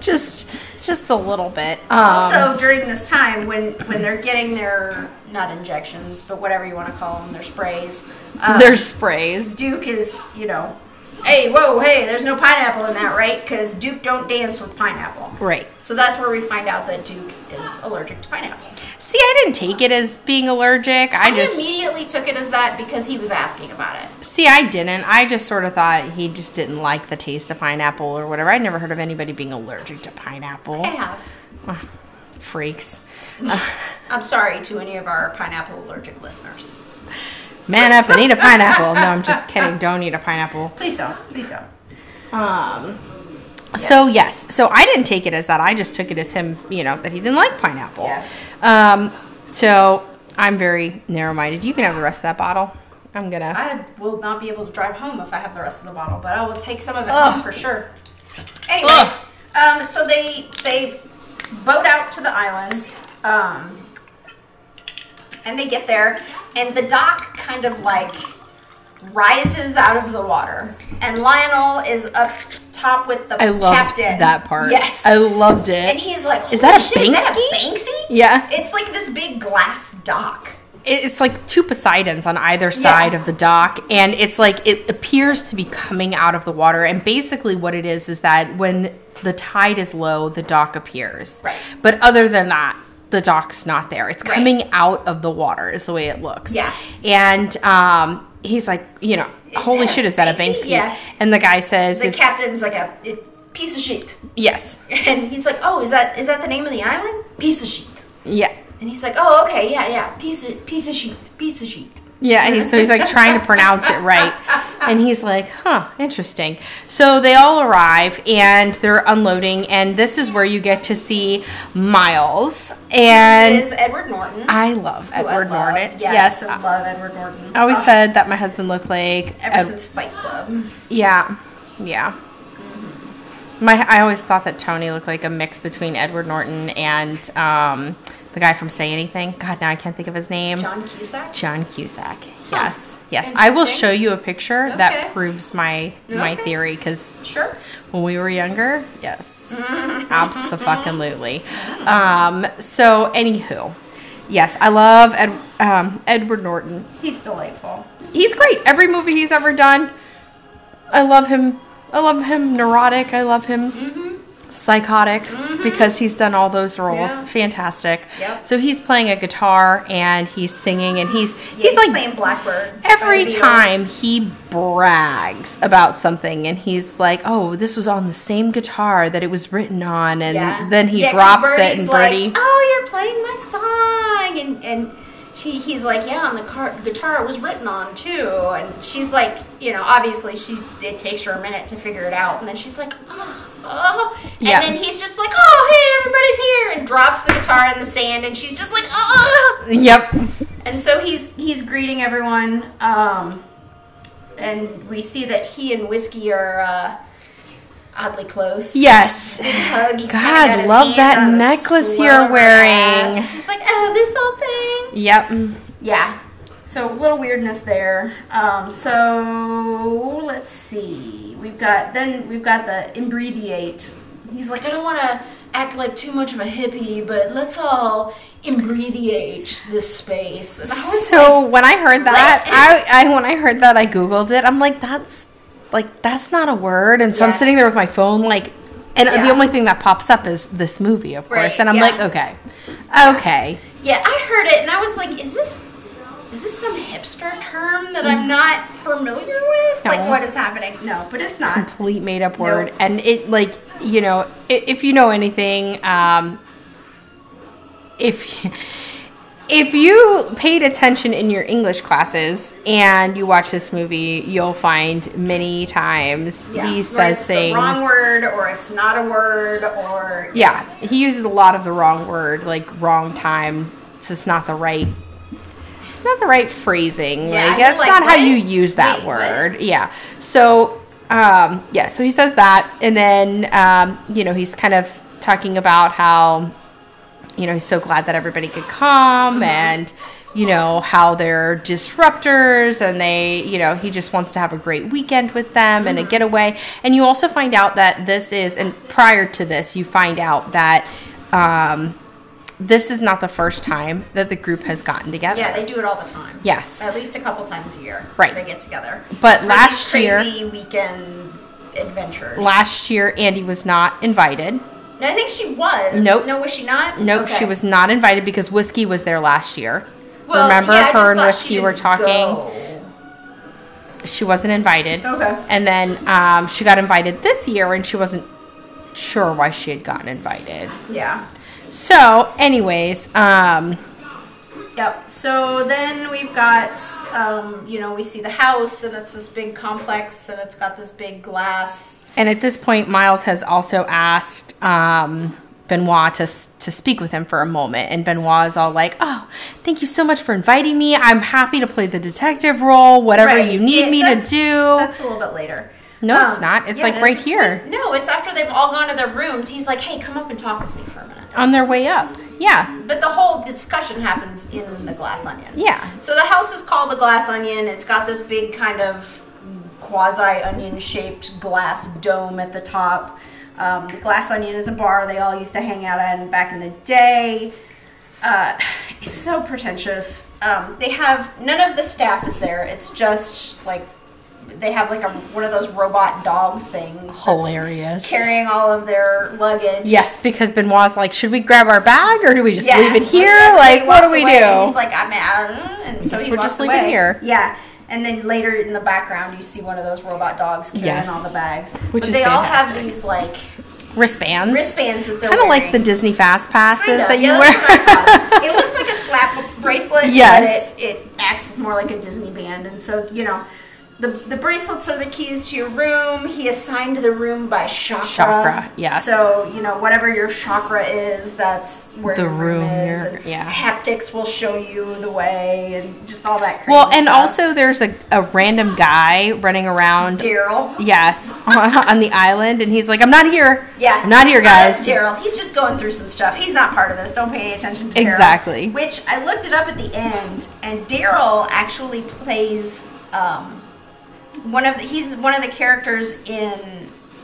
Speaker 1: just just a little bit. Um,
Speaker 2: also during this time when when they're getting their not injections but whatever you want to call them their sprays um,
Speaker 1: their sprays.
Speaker 2: duke is you know hey whoa hey there's no pineapple in that right because duke don't dance with pineapple
Speaker 1: Right.
Speaker 2: so that's where we find out that duke is allergic to pineapple
Speaker 1: See, I didn't take it as being allergic. I
Speaker 2: i
Speaker 1: just
Speaker 2: immediately took it as that because he was asking about it
Speaker 1: See, I didn't. I just sort of thought he just didn't like the taste of pineapple or whatever. I'd never heard of anybody being allergic to pineapple.
Speaker 2: i have
Speaker 1: Freaks. Uh,
Speaker 2: i'm sorry to any of our pineapple allergic listeners
Speaker 1: man up and eat a pineapple. No, I'm just kidding. Don't eat a pineapple.
Speaker 2: please don't please don't
Speaker 1: Um, So, yes. So, I didn't take it as that. I just took it as him, you know, that he didn't like pineapple.
Speaker 2: Yeah.
Speaker 1: Um, so, I'm very narrow minded. You can have the rest of that bottle. I'm going to.
Speaker 2: I will not be able to drive home if I have the rest of the bottle, but I will take some of it
Speaker 1: Ugh.
Speaker 2: home for sure. Anyway,
Speaker 1: Ugh.
Speaker 2: um, so they they boat out to the island, um, and they get there, and the dock kind of like rises out of the water, and Lionel is up top with the
Speaker 1: I loved
Speaker 2: captain.
Speaker 1: that part.
Speaker 2: Yes,
Speaker 1: I loved it.
Speaker 2: and he's like,
Speaker 1: Is that a
Speaker 2: "Holy shit, Is that a
Speaker 1: Banksy?"
Speaker 2: Banksy?
Speaker 1: Yeah.
Speaker 2: it's like this big glass dock.
Speaker 1: it- it's like two Poseidons on either side of the dock, and it's like it appears to be coming out of the water. And basically, what it is is that when the tide is low, the dock appears.
Speaker 2: Right.
Speaker 1: But other than that, the dock's not there. It's coming out of the water, is the way it looks.
Speaker 2: Yeah.
Speaker 1: And um, he's like, you know, holy
Speaker 2: that
Speaker 1: shit,
Speaker 2: a
Speaker 1: is that a
Speaker 2: Banksy?
Speaker 1: Banksy?
Speaker 2: Yeah.
Speaker 1: And the guy says,
Speaker 2: The
Speaker 1: it's-
Speaker 2: captain's like a it, piece of shit.
Speaker 1: yes,
Speaker 2: And he's like, "Oh, is that is that the name of the island? Piece of sheet."
Speaker 1: yeah.
Speaker 2: And he's like, "Oh, okay, yeah, yeah, piece of piece of sheet, piece of sheet."
Speaker 1: Yeah, he's, so he's like trying to pronounce it right. And he's like, huh, interesting. So they all arrive and they're unloading, and this is where you get to see Miles. And
Speaker 2: is Edward Norton?
Speaker 1: I love
Speaker 2: who I
Speaker 1: Edward
Speaker 2: love.
Speaker 1: Norton. Yes.
Speaker 2: Yes,
Speaker 1: uh,
Speaker 2: I
Speaker 1: I
Speaker 2: love Edward Norton.
Speaker 1: always
Speaker 2: Oh,
Speaker 1: said uh, Mm-hmm. that my husband looked like.
Speaker 2: ever
Speaker 1: Ed-
Speaker 2: since Fight Club.
Speaker 1: yeah, yeah. My, I always thought that Tony looked like a mix between Edward Norton and um, the guy from Say Anything. God, now I can't think of his name.
Speaker 2: John Cusack.
Speaker 1: John Cusack. Yes, yes. I will
Speaker 2: Interesting.
Speaker 1: show you a picture
Speaker 2: Okay.
Speaker 1: that proves my my
Speaker 2: Okay.
Speaker 1: theory because
Speaker 2: Sure.
Speaker 1: when we were younger,
Speaker 2: (laughs)
Speaker 1: yes, absolutely. Um, so, anywho, yes, I love Ed, um, Edward Norton.
Speaker 2: He's delightful.
Speaker 1: He's great. Every movie he's ever done, I love him. I love him neurotic. I love him
Speaker 2: Mm-hmm.
Speaker 1: psychotic because he's done all those roles.
Speaker 2: Yeah.
Speaker 1: Fantastic.
Speaker 2: Yep.
Speaker 1: So he's playing a guitar and he's singing and he's
Speaker 2: Yeah,
Speaker 1: he's like
Speaker 2: playing Blackbird.
Speaker 1: Every
Speaker 2: by the Beatles.
Speaker 1: time he brags about something and he's like, "Oh, this was on the same guitar that it was written on," and
Speaker 2: Yeah.
Speaker 1: then he
Speaker 2: Yeah, 'cause
Speaker 1: drops it,
Speaker 2: Birdie's
Speaker 1: and
Speaker 2: like,
Speaker 1: Birdie,
Speaker 2: oh, you're playing my song, and and she he's like, yeah, on the car, guitar it was written on too, and she's like, you know, obviously she it takes her a minute to figure it out, and then she's like, oh, oh. and
Speaker 1: Yeah.
Speaker 2: then he's just like, oh, hey, everybody's here, and drops the guitar in the sand, and she's just like, oh,
Speaker 1: "Yep,
Speaker 2: and so he's he's greeting everyone, um, and we see that he and Whiskey are uh, oddly close.
Speaker 1: yes,
Speaker 2: Hug, he's kinda
Speaker 1: God,
Speaker 2: got his
Speaker 1: love
Speaker 2: hand
Speaker 1: that
Speaker 2: on the
Speaker 1: necklace
Speaker 2: slow
Speaker 1: you're
Speaker 2: of her
Speaker 1: wearing.
Speaker 2: ass. She's like, oh, this whole thing.
Speaker 1: yep."
Speaker 2: Yeah. So a little weirdness there. Um, so let's see. We've got then we've got the imbreviate. He's like, I don't want to act like too much of a hippie, but let's all imbreviate this space. And I was
Speaker 1: So when I heard that,
Speaker 2: What?
Speaker 1: I, I when I heard that, I googled it. I'm like, "That's like that's not a word," and so I'm
Speaker 2: Yeah.
Speaker 1: sitting there with my phone, like, and
Speaker 2: Yeah.
Speaker 1: the only thing that pops up is this movie, of course,
Speaker 2: Right,
Speaker 1: and I'm
Speaker 2: yeah.
Speaker 1: like, "Okay, okay."
Speaker 2: Yeah, I heard it and I was like, is this is this some hipster term that I'm not familiar with?
Speaker 1: Mm. No.
Speaker 2: Like what is happening? No, but it's not.
Speaker 1: complete made up word
Speaker 2: Nope.
Speaker 1: and it like you know i- if you know anything um if (laughs) if you paid attention in your English classes and you watch this movie, you'll find many times
Speaker 2: Yeah.
Speaker 1: he
Speaker 2: Where
Speaker 1: says
Speaker 2: it's
Speaker 1: things.
Speaker 2: The wrong word, or it's not a word, or it's-
Speaker 1: Yeah, he uses a lot of the wrong word, like wrong time. It's just not the right. It's not the right phrasing.
Speaker 2: Yeah,
Speaker 1: like
Speaker 2: I feel
Speaker 1: that's
Speaker 2: like,
Speaker 1: not how
Speaker 2: what?
Speaker 1: you use that
Speaker 2: Wait, what?
Speaker 1: word. Yeah. So, um, yeah. So he says that, and then um, you know he's kind of talking about how you know he's so glad that everybody could come
Speaker 2: Mm-hmm.
Speaker 1: and you know how they're disruptors and they you know he just wants to have a great weekend with them
Speaker 2: Mm-hmm.
Speaker 1: and a getaway and you also find out that this is and prior to this you find out that um, this is not the first time that the group has gotten together
Speaker 2: yeah, they do it all the time.
Speaker 1: Yes.
Speaker 2: at least a couple times a year.
Speaker 1: Right.
Speaker 2: they get together.
Speaker 1: But
Speaker 2: For
Speaker 1: last
Speaker 2: these
Speaker 1: year-
Speaker 2: crazy weekend adventures.
Speaker 1: last year andy was not invited
Speaker 2: no, I think she was.
Speaker 1: Nope.
Speaker 2: No, was she not?
Speaker 1: nope
Speaker 2: Okay.
Speaker 1: she was not invited because whiskey was there last year
Speaker 2: Well,
Speaker 1: remember
Speaker 2: yeah, I just
Speaker 1: her and
Speaker 2: thought she
Speaker 1: whiskey were
Speaker 2: didn't
Speaker 1: talking
Speaker 2: go.
Speaker 1: she wasn't invited.
Speaker 2: Okay.
Speaker 1: And then um, she got invited this year, and she wasn't sure why she had gotten invited.
Speaker 2: Yeah.
Speaker 1: So, anyways, um,
Speaker 2: Yep. So then we've got, um, you know, we see the house and it's this big complex and it's got this big glass.
Speaker 1: and at this point, Miles has also asked um, Benoit to s- to speak with him for a moment, and Benoit is all like, "Oh, thank you so much for inviting me. I'm happy to play the detective role. Whatever
Speaker 2: Right.
Speaker 1: you need
Speaker 2: Yeah,
Speaker 1: me to
Speaker 2: that's-
Speaker 1: do."
Speaker 2: That's a little bit later.
Speaker 1: No, it's not. It's, like,
Speaker 2: it is.
Speaker 1: right here.
Speaker 2: no, it's after they've all gone to their rooms. He's like, hey, come up and talk with me for a minute.
Speaker 1: On their way up, yeah,
Speaker 2: But the whole discussion happens in the glass onion.
Speaker 1: yeah.
Speaker 2: So the house is called the glass onion. It's got this big kind of quasi onion shaped glass dome at the top. Um, the glass onion is a bar they all used to hang out at back in the day. Uh, it's so pretentious. Um, they have none of the staff is there. It's just like they have like a one of those robot dog things that's
Speaker 1: Hilarious.
Speaker 2: carrying all of their luggage.
Speaker 1: Yes, because Benoit's like, should we grab our bag or do we just
Speaker 2: Yeah.
Speaker 1: leave it here?
Speaker 2: Everybody
Speaker 1: Like, what
Speaker 2: walks
Speaker 1: do we
Speaker 2: away, and
Speaker 1: do?
Speaker 2: He's like, I'm out. And so
Speaker 1: Guess
Speaker 2: he
Speaker 1: we're
Speaker 2: walks
Speaker 1: just leaving
Speaker 2: away.
Speaker 1: here.
Speaker 2: Yeah. And then later in the background, you see one of those robot dogs carrying
Speaker 1: Yes.
Speaker 2: all the bags.
Speaker 1: Which
Speaker 2: but
Speaker 1: is
Speaker 2: they all
Speaker 1: fantastic.
Speaker 2: have these like
Speaker 1: Wristbands.
Speaker 2: wristbands that they're
Speaker 1: Kind of
Speaker 2: wearing.
Speaker 1: like the Disney Fast Passes
Speaker 2: Kinda.
Speaker 1: that you
Speaker 2: yeah,
Speaker 1: (laughs)
Speaker 2: that's
Speaker 1: wear.
Speaker 2: what I thought. it looks like a slap bracelet.
Speaker 1: Yes.
Speaker 2: But it, it acts more like a Disney band, and so you know. The, the bracelets are the keys to your room. He assigned the room by chakra.
Speaker 1: Chakra, yes.
Speaker 2: So you know whatever your chakra is, that's where
Speaker 1: The
Speaker 2: your room,
Speaker 1: room
Speaker 2: is.
Speaker 1: you're-
Speaker 2: and
Speaker 1: yeah.
Speaker 2: Haptics will show you the way, and just all that. Crazy
Speaker 1: well, and
Speaker 2: stuff.
Speaker 1: also there's a, a random guy running around.
Speaker 2: Daryl.
Speaker 1: Yes, (laughs) on the island, and he's like, "I'm not here.
Speaker 2: Yeah,
Speaker 1: I'm not here,
Speaker 2: Oh, that's
Speaker 1: guys."
Speaker 2: Daryl, he's just going through some stuff. He's not part of this. Don't pay any attention to Daryl.
Speaker 1: Exactly.
Speaker 2: Which I looked it up at the end, and Daryl actually plays um, one of the, he's one of the characters in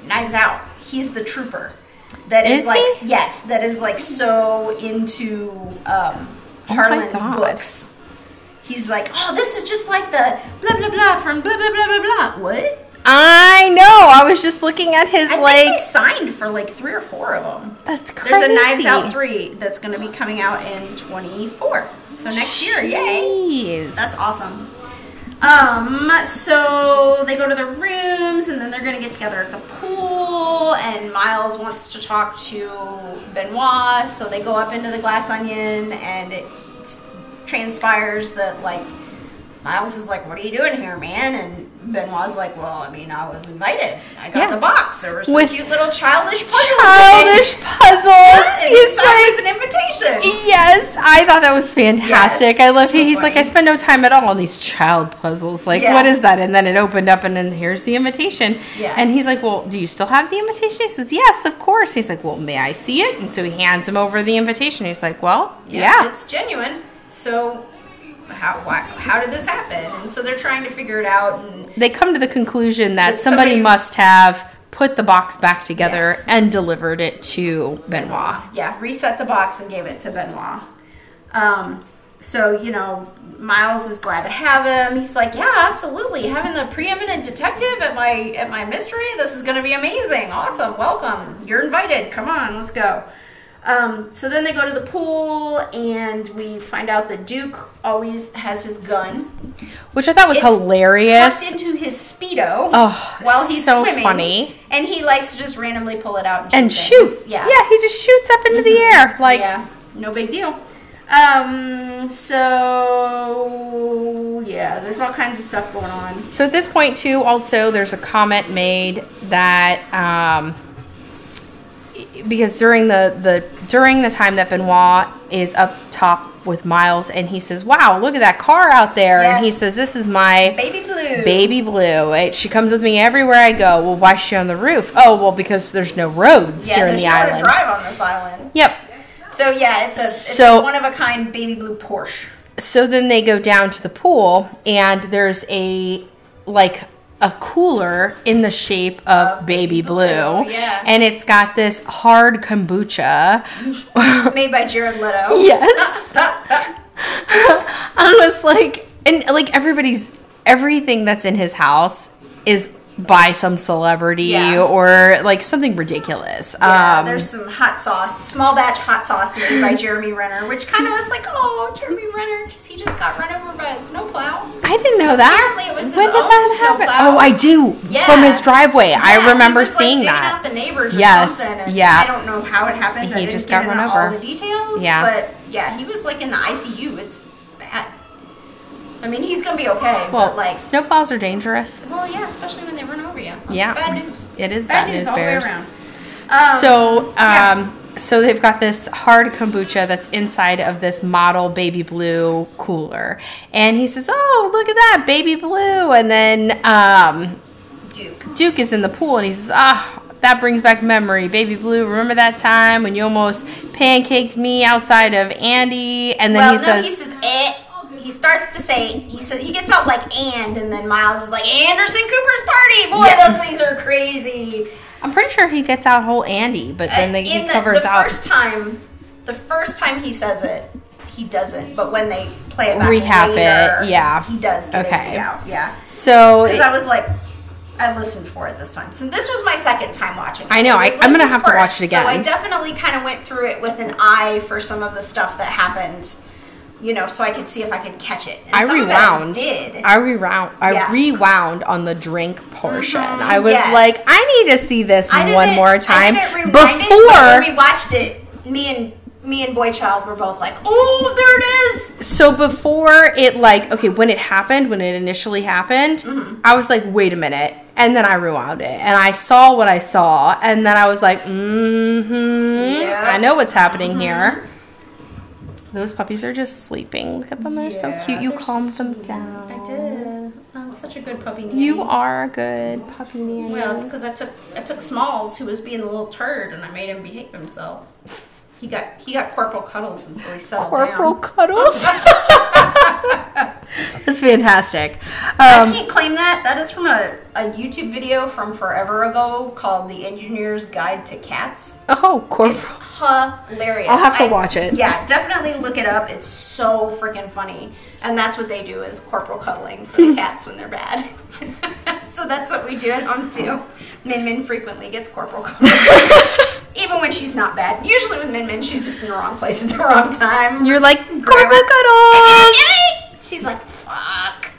Speaker 2: Knives Out. He's the trooper that is,
Speaker 1: Is
Speaker 2: like
Speaker 1: he?
Speaker 2: yes, that is like so into um,
Speaker 1: Oh my
Speaker 2: Harlan's
Speaker 1: God.
Speaker 2: books. He's like, oh, this is just like the blah blah blah from blah blah blah blah blah. What?
Speaker 1: I know. I was just looking at his
Speaker 2: I think
Speaker 1: like.
Speaker 2: they signed for like three or four of them.
Speaker 1: That's crazy.
Speaker 2: There's a Knives Out 3 that's going to be coming out in 24. So next year, yay.
Speaker 1: Jeez.
Speaker 2: That's awesome. Um, so they go to their rooms and then they're going to get together at the pool and Miles wants to talk to Benoit, so they go up into the glass onion and it s- transpires that like Miles is like, "What are you doing here, man?" and Benoit's like, "Well, I mean, I was invited. I got
Speaker 1: Yeah.
Speaker 2: the box. There were some
Speaker 1: With
Speaker 2: cute little childish puzzles in it."
Speaker 1: Childish puzzles. He's
Speaker 2: It's always an invitation.
Speaker 1: Yes, I thought that was fantastic.
Speaker 2: Yes,
Speaker 1: I love
Speaker 2: so
Speaker 1: he, he's like I
Speaker 2: funny.
Speaker 1: spend no time at all on these child puzzles. Like
Speaker 2: Yeah.
Speaker 1: what is that? And then it opened up and then here's the invitation.
Speaker 2: Yeah.
Speaker 1: And he's like, "Well, do you still have the invitation?" He says, "Yes, of course." He's like, "Well, may I see it?" And so he hands him over the invitation. He's like, "Well, yeah."
Speaker 2: It's genuine. So how why, how did this happen? And so they're trying to figure it out and
Speaker 1: They come to the conclusion that
Speaker 2: That
Speaker 1: somebody,
Speaker 2: somebody-
Speaker 1: must have put the box back together
Speaker 2: Yes.
Speaker 1: and delivered it to Benoit.
Speaker 2: yeah, reset the box and gave it to Benoit. Um so, you know, Miles is glad to have him. He's like, "Yeah, absolutely. Having the preeminent detective at my at my mystery, this is going to be amazing. Awesome. Welcome. You're invited. Come on, let's go." Um, so then they go to the pool, and we find out the Duke always has his gun.
Speaker 1: Which I thought was
Speaker 2: It's
Speaker 1: hilarious.
Speaker 2: tucked into his speedo
Speaker 1: Oh,
Speaker 2: while he's
Speaker 1: so
Speaker 2: swimming.
Speaker 1: funny.
Speaker 2: And he likes to just randomly pull it out and shoot.
Speaker 1: and
Speaker 2: things.
Speaker 1: shoot.
Speaker 2: Yeah. Mm-hmm.
Speaker 1: he just shoots up into the air like
Speaker 2: yeah. No big deal. Um, so yeah, there's all kinds of stuff going on.
Speaker 1: So at this point, too, also there's a comment made that um, because during the, the during the time that Benoit is up top with Miles, and he says, "Wow, look at that car out there," and he
Speaker 2: Yes.
Speaker 1: says, "This is my
Speaker 2: Baby blue.
Speaker 1: baby blue. It, she comes with me everywhere I go. Well, why is she on the roof? Oh, well, because there's no roads
Speaker 2: yeah,
Speaker 1: here in
Speaker 2: there's
Speaker 1: the
Speaker 2: nowhere
Speaker 1: island.
Speaker 2: to drive on this island.
Speaker 1: Yep.
Speaker 2: So yeah, it's a it's
Speaker 1: So-
Speaker 2: a one of a kind baby blue Porsche.
Speaker 1: so then they go down to the pool and there's a like a cooler in the shape of baby blue
Speaker 2: yeah.
Speaker 1: and it's got this hard kombucha (laughs)
Speaker 2: Made by Jared Leto. Ah,
Speaker 1: yes i was like and like everybody's everything that's in his house is by some celebrity
Speaker 2: Yeah.
Speaker 1: or like something ridiculous
Speaker 2: Yeah,
Speaker 1: um
Speaker 2: there's some hot sauce, small batch hot sauce made
Speaker 1: (laughs)
Speaker 2: by Jeremy Renner, which kind of was like, oh, Jeremy Renner, 'cause he just got run over by a snowplow.
Speaker 1: I didn't know that.
Speaker 2: Apparently it was his
Speaker 1: when did
Speaker 2: own
Speaker 1: that happen?
Speaker 2: snowplow.
Speaker 1: Oh, I do.
Speaker 2: Yeah.
Speaker 1: From his driveway.
Speaker 2: Yeah,
Speaker 1: I
Speaker 2: he
Speaker 1: remember
Speaker 2: was, like,
Speaker 1: seeing
Speaker 2: digging
Speaker 1: that.
Speaker 2: out the neighbors or
Speaker 1: Yes,
Speaker 2: something, and
Speaker 1: yeah.
Speaker 2: I don't know how it happened. I
Speaker 1: He
Speaker 2: didn't
Speaker 1: just
Speaker 2: get
Speaker 1: got run
Speaker 2: into
Speaker 1: over.
Speaker 2: All the details.
Speaker 1: Yeah.
Speaker 2: But yeah, he was like in the ICU. It's bad. I mean, he's gonna be okay.
Speaker 1: Well,
Speaker 2: but like,
Speaker 1: snowplows are dangerous.
Speaker 2: well, yeah, especially when they run over you. It's
Speaker 1: Yeah.
Speaker 2: Bad news.
Speaker 1: It is
Speaker 2: Bad,
Speaker 1: bad news
Speaker 2: all the way
Speaker 1: bears.
Speaker 2: around. Um,
Speaker 1: so, um,
Speaker 2: yeah.
Speaker 1: so they've got this hard kombucha that's inside of this model baby blue cooler, and he says, "Oh, look at that baby blue!" And then um,
Speaker 2: Duke.
Speaker 1: Duke is in the pool, and he says, "Ah." That brings back memory, baby blue. Remember that time when you almost pancaked me outside of Andy? And then
Speaker 2: well,
Speaker 1: he
Speaker 2: no,
Speaker 1: says,
Speaker 2: he says eh. He starts to say he says he gets out like and, and then Miles is like Anderson Cooper's party. Boy,
Speaker 1: Yeah.
Speaker 2: those things are crazy.
Speaker 1: I'm pretty sure he gets out whole Andy, but then they,
Speaker 2: Uh, In
Speaker 1: he
Speaker 2: the,
Speaker 1: covers
Speaker 2: the
Speaker 1: out.
Speaker 2: first time. The first time he says it, he doesn't. But when they play it back
Speaker 1: Rehab it,
Speaker 2: later,
Speaker 1: yeah.
Speaker 2: he does get
Speaker 1: Okay.
Speaker 2: it out. Yeah,
Speaker 1: so
Speaker 2: because I was like, I listened for it this time. So this was my second time watching. It.
Speaker 1: I know, I-
Speaker 2: It was
Speaker 1: I'm gonna
Speaker 2: Liz's
Speaker 1: have to watch
Speaker 2: first,
Speaker 1: it again.
Speaker 2: So I definitely kind of went through it with an eye for some of the stuff that happened, you know, so I could see if I could catch it. And
Speaker 1: I
Speaker 2: some of it
Speaker 1: rewound.
Speaker 2: did
Speaker 1: I rewound. I
Speaker 2: Yeah.
Speaker 1: rewound on the drink portion.
Speaker 2: Mhm,
Speaker 1: I was
Speaker 2: yes.
Speaker 1: like, I need to see this
Speaker 2: I
Speaker 1: one
Speaker 2: didn't-
Speaker 1: more time
Speaker 2: I didn't rewind it, but when
Speaker 1: before.
Speaker 2: we watched it. Me and me and Boy Child were both like, "Oh, there it is."
Speaker 1: So before it, like, okay, when it happened, when it initially happened,
Speaker 2: Mm-hmm.
Speaker 1: I was like, wait a minute, and then I rewound it, and I saw what I saw, and then I was like, mm-hmm,
Speaker 2: Yeah. Mm-hmm.
Speaker 1: I know what's happening here. Those puppies are just sleeping. Look at them; they're so
Speaker 2: Yeah,
Speaker 1: cute. You
Speaker 2: they're
Speaker 1: calmed them down.
Speaker 2: I did. I'm such a good puppy nanny.
Speaker 1: You are a good puppy nanny.
Speaker 2: Well, it's because I took I took Smalls, who was being a little turd, and I made him behave himself. He got he got corporal cuddles until he settled
Speaker 1: Corporal
Speaker 2: down. (laughs)
Speaker 1: cuddles. That's fantastic.
Speaker 2: I
Speaker 1: Um,
Speaker 2: can't claim that. That is from a, a YouTube video from forever ago called "The Engineer's Guide to Cats."
Speaker 1: oh,
Speaker 2: It's
Speaker 1: corporal.
Speaker 2: hilarious.
Speaker 1: I'll have to
Speaker 2: I-
Speaker 1: watch it.
Speaker 2: Yeah, definitely look it up. It's so freaking funny, and that's what they do is corporal cuddling
Speaker 1: (laughs)
Speaker 2: for the cats when they're bad. (laughs) so that's what we do at home too. Min Min frequently gets
Speaker 1: (laughs)
Speaker 2: corporal cuddling, even when she's not bad. Usually with Min Min, she's just in the wrong place at the wrong time.
Speaker 1: You're like corporal cuddles.
Speaker 2: She's like, fuck.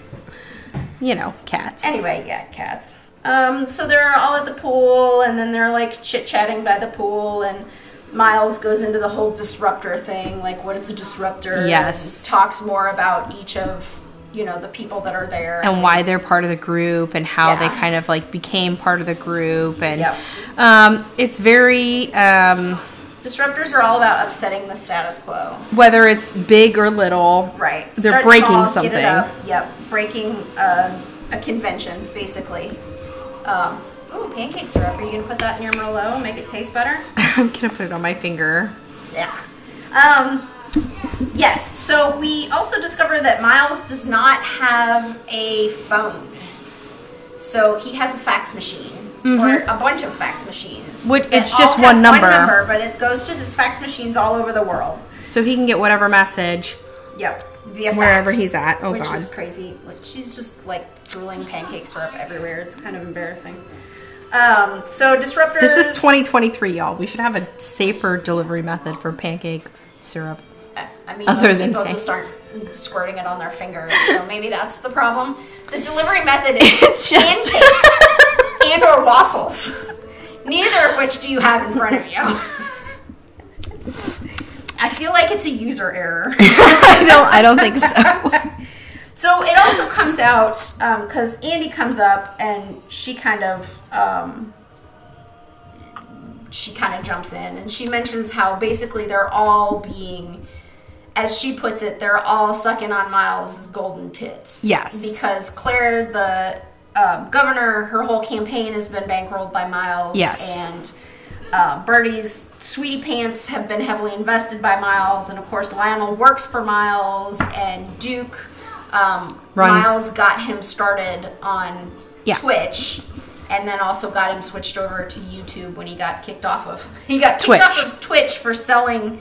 Speaker 1: You know, cats.
Speaker 2: Anyway, yeah, cats. Um, so they're all at the pool, and then they're like chit chatting by the pool, and Miles goes into the whole disruptor thing. Like, what is a disruptor?
Speaker 1: Yes.
Speaker 2: And talks more about each of you know the people that are there.
Speaker 1: And why they're part of the group and how they
Speaker 2: Yeah.
Speaker 1: kind of like became part of the group and
Speaker 2: Yep.
Speaker 1: um, it's very um,
Speaker 2: Disruptors are all about upsetting the status quo.
Speaker 1: whether it's big or little
Speaker 2: Right.
Speaker 1: they're
Speaker 2: Start
Speaker 1: breaking
Speaker 2: small, get
Speaker 1: something
Speaker 2: it up. Yep. Breaking uh, a convention, basically. Um, oh, pancakes are up. Are you gonna put that in your Merlot? and Make it taste better.
Speaker 1: (laughs) I'm gonna put it on my finger
Speaker 2: Yeah. Um, yes, so we also discover that Miles does not have a phone. So he has a fax machine. Or a bunch of fax machines.
Speaker 1: Which-
Speaker 2: that
Speaker 1: Mm-hmm. it's just
Speaker 2: all
Speaker 1: one
Speaker 2: have
Speaker 1: number.
Speaker 2: but it goes to his fax machines all over the world.
Speaker 1: so he can get whatever message
Speaker 2: Yep. Via fax,
Speaker 1: Wherever he's at. Oh,
Speaker 2: which is
Speaker 1: God.
Speaker 2: crazy. Like she's just like drooling pancake syrup everywhere. It's kind of embarrassing. Um, so disruptors.
Speaker 1: This is 2023, y'all. We should have a safer delivery method for pancake syrup.
Speaker 2: I mean,
Speaker 1: Other
Speaker 2: most
Speaker 1: than
Speaker 2: people just aren't squirting it on their fingers, so maybe that's the problem. The delivery
Speaker 1: (laughs)
Speaker 2: method is
Speaker 1: It's just-
Speaker 2: pancakes and or waffles. Neither of which do you have in front of you. I feel like it's a user error.
Speaker 1: I don't. I don't think so.
Speaker 2: So it also comes out because Andy comes up and she kind of um, she kind of jumps in and she mentions how basically they're all being, as she puts it, they're all sucking on Miles' golden tits.
Speaker 1: Yes.
Speaker 2: because Claire, the um governor, her whole campaign has been bankrolled by Miles.
Speaker 1: Yes.
Speaker 2: and uh, Bertie's sweetie pants have been heavily invested by Miles, and of course Lionel works for Miles, and Duke. Um,
Speaker 1: Runs-
Speaker 2: Miles got him started on
Speaker 1: Yeah.
Speaker 2: Twitch, and then also got him switched over to YouTube when he got kicked off of he got kicked
Speaker 1: Twitch.
Speaker 2: off of Twitch for selling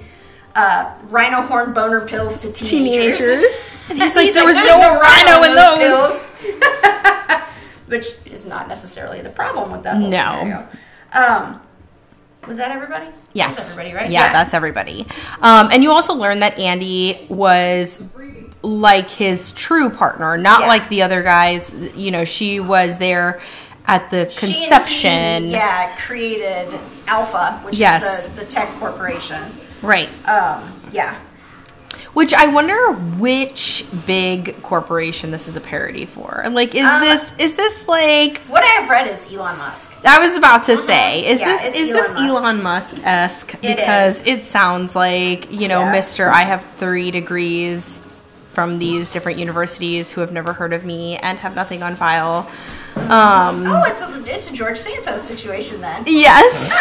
Speaker 2: uh, rhino horn boner pills to (laughs) teenagers.
Speaker 1: And he's like, there was
Speaker 2: "There's
Speaker 1: no, rhino in those.
Speaker 2: pills." (laughs) Which is not necessarily the problem with that
Speaker 1: No.
Speaker 2: whole scenario. Um, was that everybody?
Speaker 1: Yes.
Speaker 2: That's everybody, right?
Speaker 1: Yeah, that's everybody. Um, and you also learn that Andy was like his true partner, not
Speaker 2: Yeah.
Speaker 1: like the other guys. You know, she was there at the
Speaker 2: She and
Speaker 1: conception.
Speaker 2: he, yeah, created Alpha, which
Speaker 1: Yes.
Speaker 2: is the, the tech corporation.
Speaker 1: Right.
Speaker 2: Um, yeah.
Speaker 1: Which I wonder which big corporation this is a parody for. Like, is
Speaker 2: Um,
Speaker 1: this is this like
Speaker 2: What I have read is Elon Musk.
Speaker 1: I was about to say, is
Speaker 2: Uh-huh. Yeah,
Speaker 1: this
Speaker 2: it's
Speaker 1: is this Elon
Speaker 2: Elon
Speaker 1: Musk esque
Speaker 2: It
Speaker 1: because
Speaker 2: is.
Speaker 1: it sounds like you know,
Speaker 2: Yeah.
Speaker 1: Mister, I have three degrees from these different universities who have never heard of me and have nothing on file. Um,
Speaker 2: Oh, it's a, it's a George Santos situation then.
Speaker 1: yes,
Speaker 2: (laughs)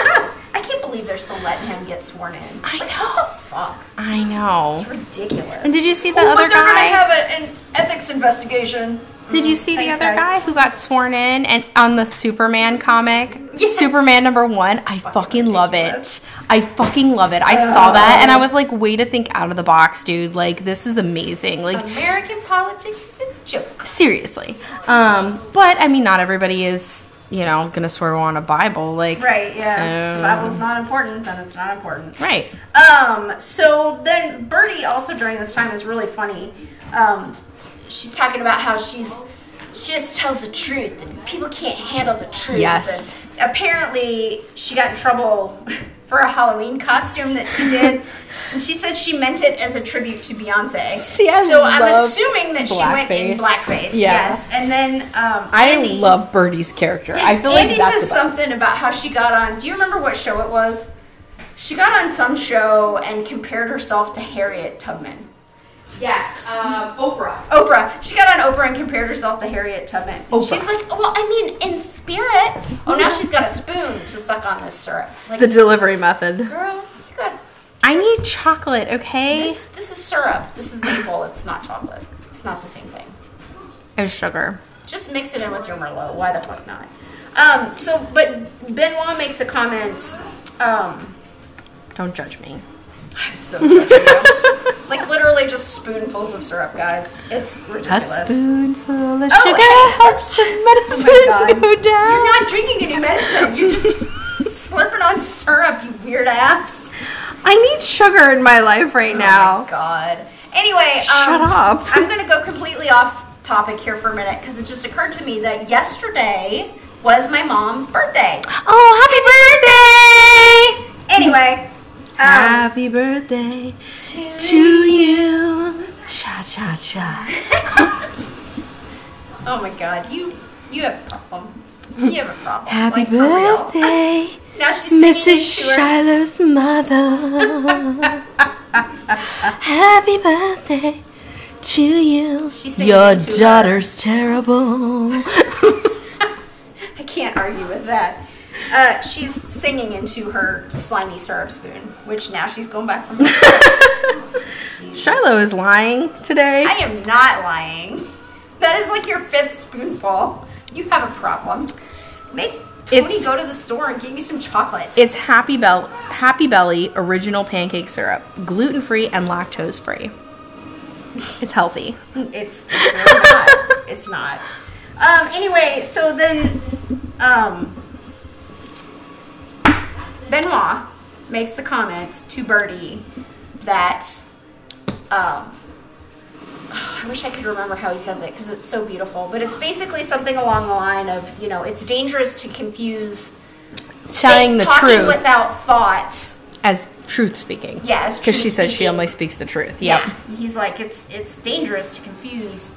Speaker 2: I can't believe they're still letting him get sworn in. I know. What the fuck?
Speaker 1: I know.
Speaker 2: It's ridiculous.
Speaker 1: And did you see the
Speaker 2: Oh, but
Speaker 1: other
Speaker 2: they're gonna
Speaker 1: guy?
Speaker 2: have a- an ethics investigation.
Speaker 1: Did you see the
Speaker 2: Thanks,
Speaker 1: other
Speaker 2: guys.
Speaker 1: guy who got sworn in and on the Superman comic?
Speaker 2: Yes.
Speaker 1: Superman number one. I fucking, love it.
Speaker 2: ridiculous. Oh.
Speaker 1: I fucking love it. I saw that and I was like, way to think out of the box, dude. Like, this is amazing. Like,
Speaker 2: American politics is a joke.
Speaker 1: seriously. Um, but I mean, not everybody is, you know, gonna swear on a Bible. Like,
Speaker 2: Right, yeah.
Speaker 1: Um.
Speaker 2: If the Bible's not important, then it's not important.
Speaker 1: right.
Speaker 2: Um, so then Bertie also during this time is really funny. Um, (coughs) she's talking about how she's she just tells the truth and people can't handle the truth.
Speaker 1: Yes.
Speaker 2: And apparently she got in trouble (laughs) for a Halloween costume that
Speaker 1: (laughs)
Speaker 2: she did. And she said she meant it as a tribute to Beyonce.
Speaker 1: See, I
Speaker 2: so I'm
Speaker 1: love
Speaker 2: assuming that she went in
Speaker 1: blackface.
Speaker 2: blackface.
Speaker 1: Yeah.
Speaker 2: Yes. And then um,
Speaker 1: I
Speaker 2: Andy-
Speaker 1: love Birdie's character. I feel
Speaker 2: Andy
Speaker 1: like that's
Speaker 2: says
Speaker 1: the best.
Speaker 2: something about how she got on. Do you remember what show it was? She got on some show and compared herself to Harriet Tubman.
Speaker 3: Yes, um, Oprah.
Speaker 2: Oprah. She got on Oprah and compared herself to Harriet Tubman.
Speaker 1: Oprah.
Speaker 2: She's like, well, I mean, in spirit. Oh, now she's got a spoon to suck on this syrup. Like,
Speaker 1: The delivery method.
Speaker 2: girl, you got
Speaker 1: I need chocolate, okay?
Speaker 2: this, this is syrup. This is maple. It's not chocolate. It's not the same thing.
Speaker 1: Oh, sugar.
Speaker 2: Just mix it in with your Merlot. Why the fuck not? Um, so, but Benoit makes a comment. Um,
Speaker 1: Don't judge me.
Speaker 2: so judgmental. like literally just spoonfuls of syrup, guys. It's
Speaker 1: A
Speaker 2: ridiculous.
Speaker 1: spoonful of
Speaker 2: Oh,
Speaker 1: sugar
Speaker 2: and- (laughs)
Speaker 1: helps the
Speaker 2: Oh
Speaker 1: medicine
Speaker 2: my God.
Speaker 1: go down.
Speaker 2: You're not drinking any medicine. You're just (laughs) slurping on syrup, you weird ass.
Speaker 1: I need sugar in my life right
Speaker 2: Oh my
Speaker 1: now.
Speaker 2: god. Anyway, um,
Speaker 1: Shut up.
Speaker 2: I'm gonna go completely off topic here for a minute because it just occurred to me that yesterday was my mom's birthday.
Speaker 1: Oh, happy birthday!
Speaker 2: Anyway, um,
Speaker 1: Happy birthday to
Speaker 2: to-
Speaker 1: you. Cha cha cha.
Speaker 2: oh my god, you you have a problem. You have a problem.
Speaker 1: Happy
Speaker 2: like, for real.
Speaker 1: (laughs) birthday,
Speaker 2: Now she's singing
Speaker 1: Mrs.
Speaker 2: into her-
Speaker 1: Shiloh's (laughs) mother. Happy birthday to you.
Speaker 2: She's singing
Speaker 1: Your
Speaker 2: into her-
Speaker 1: daughter's terrible.
Speaker 2: I can't argue with that. Uh, she's singing into her slimy syrup spoon, which now she's going back from.
Speaker 1: (laughs) Shiloh is lying today.
Speaker 2: I am not lying. That is like your fifth spoonful. You have a problem. Make Tony
Speaker 1: It's-
Speaker 2: go to the store and get you some chocolate.
Speaker 1: It's Happy Bell Happy Belly original pancake syrup, gluten free and lactose free. It's healthy.
Speaker 2: It's
Speaker 1: (laughs)
Speaker 2: it's not. It's not. Um, anyway, so then um, Benoit makes the comment to Birdie that um, I wish I could remember how he says it because it's so beautiful, but it's basically something along the line of you know it's dangerous to confuse
Speaker 1: Telling the
Speaker 2: talking
Speaker 1: truth
Speaker 2: without thought
Speaker 1: as truth speaking.
Speaker 2: Yeah, it's
Speaker 1: because she
Speaker 2: truth
Speaker 1: says she
Speaker 2: speaking.
Speaker 1: only speaks the truth. Yep.
Speaker 2: Yeah. He's like, it's it's dangerous to confuse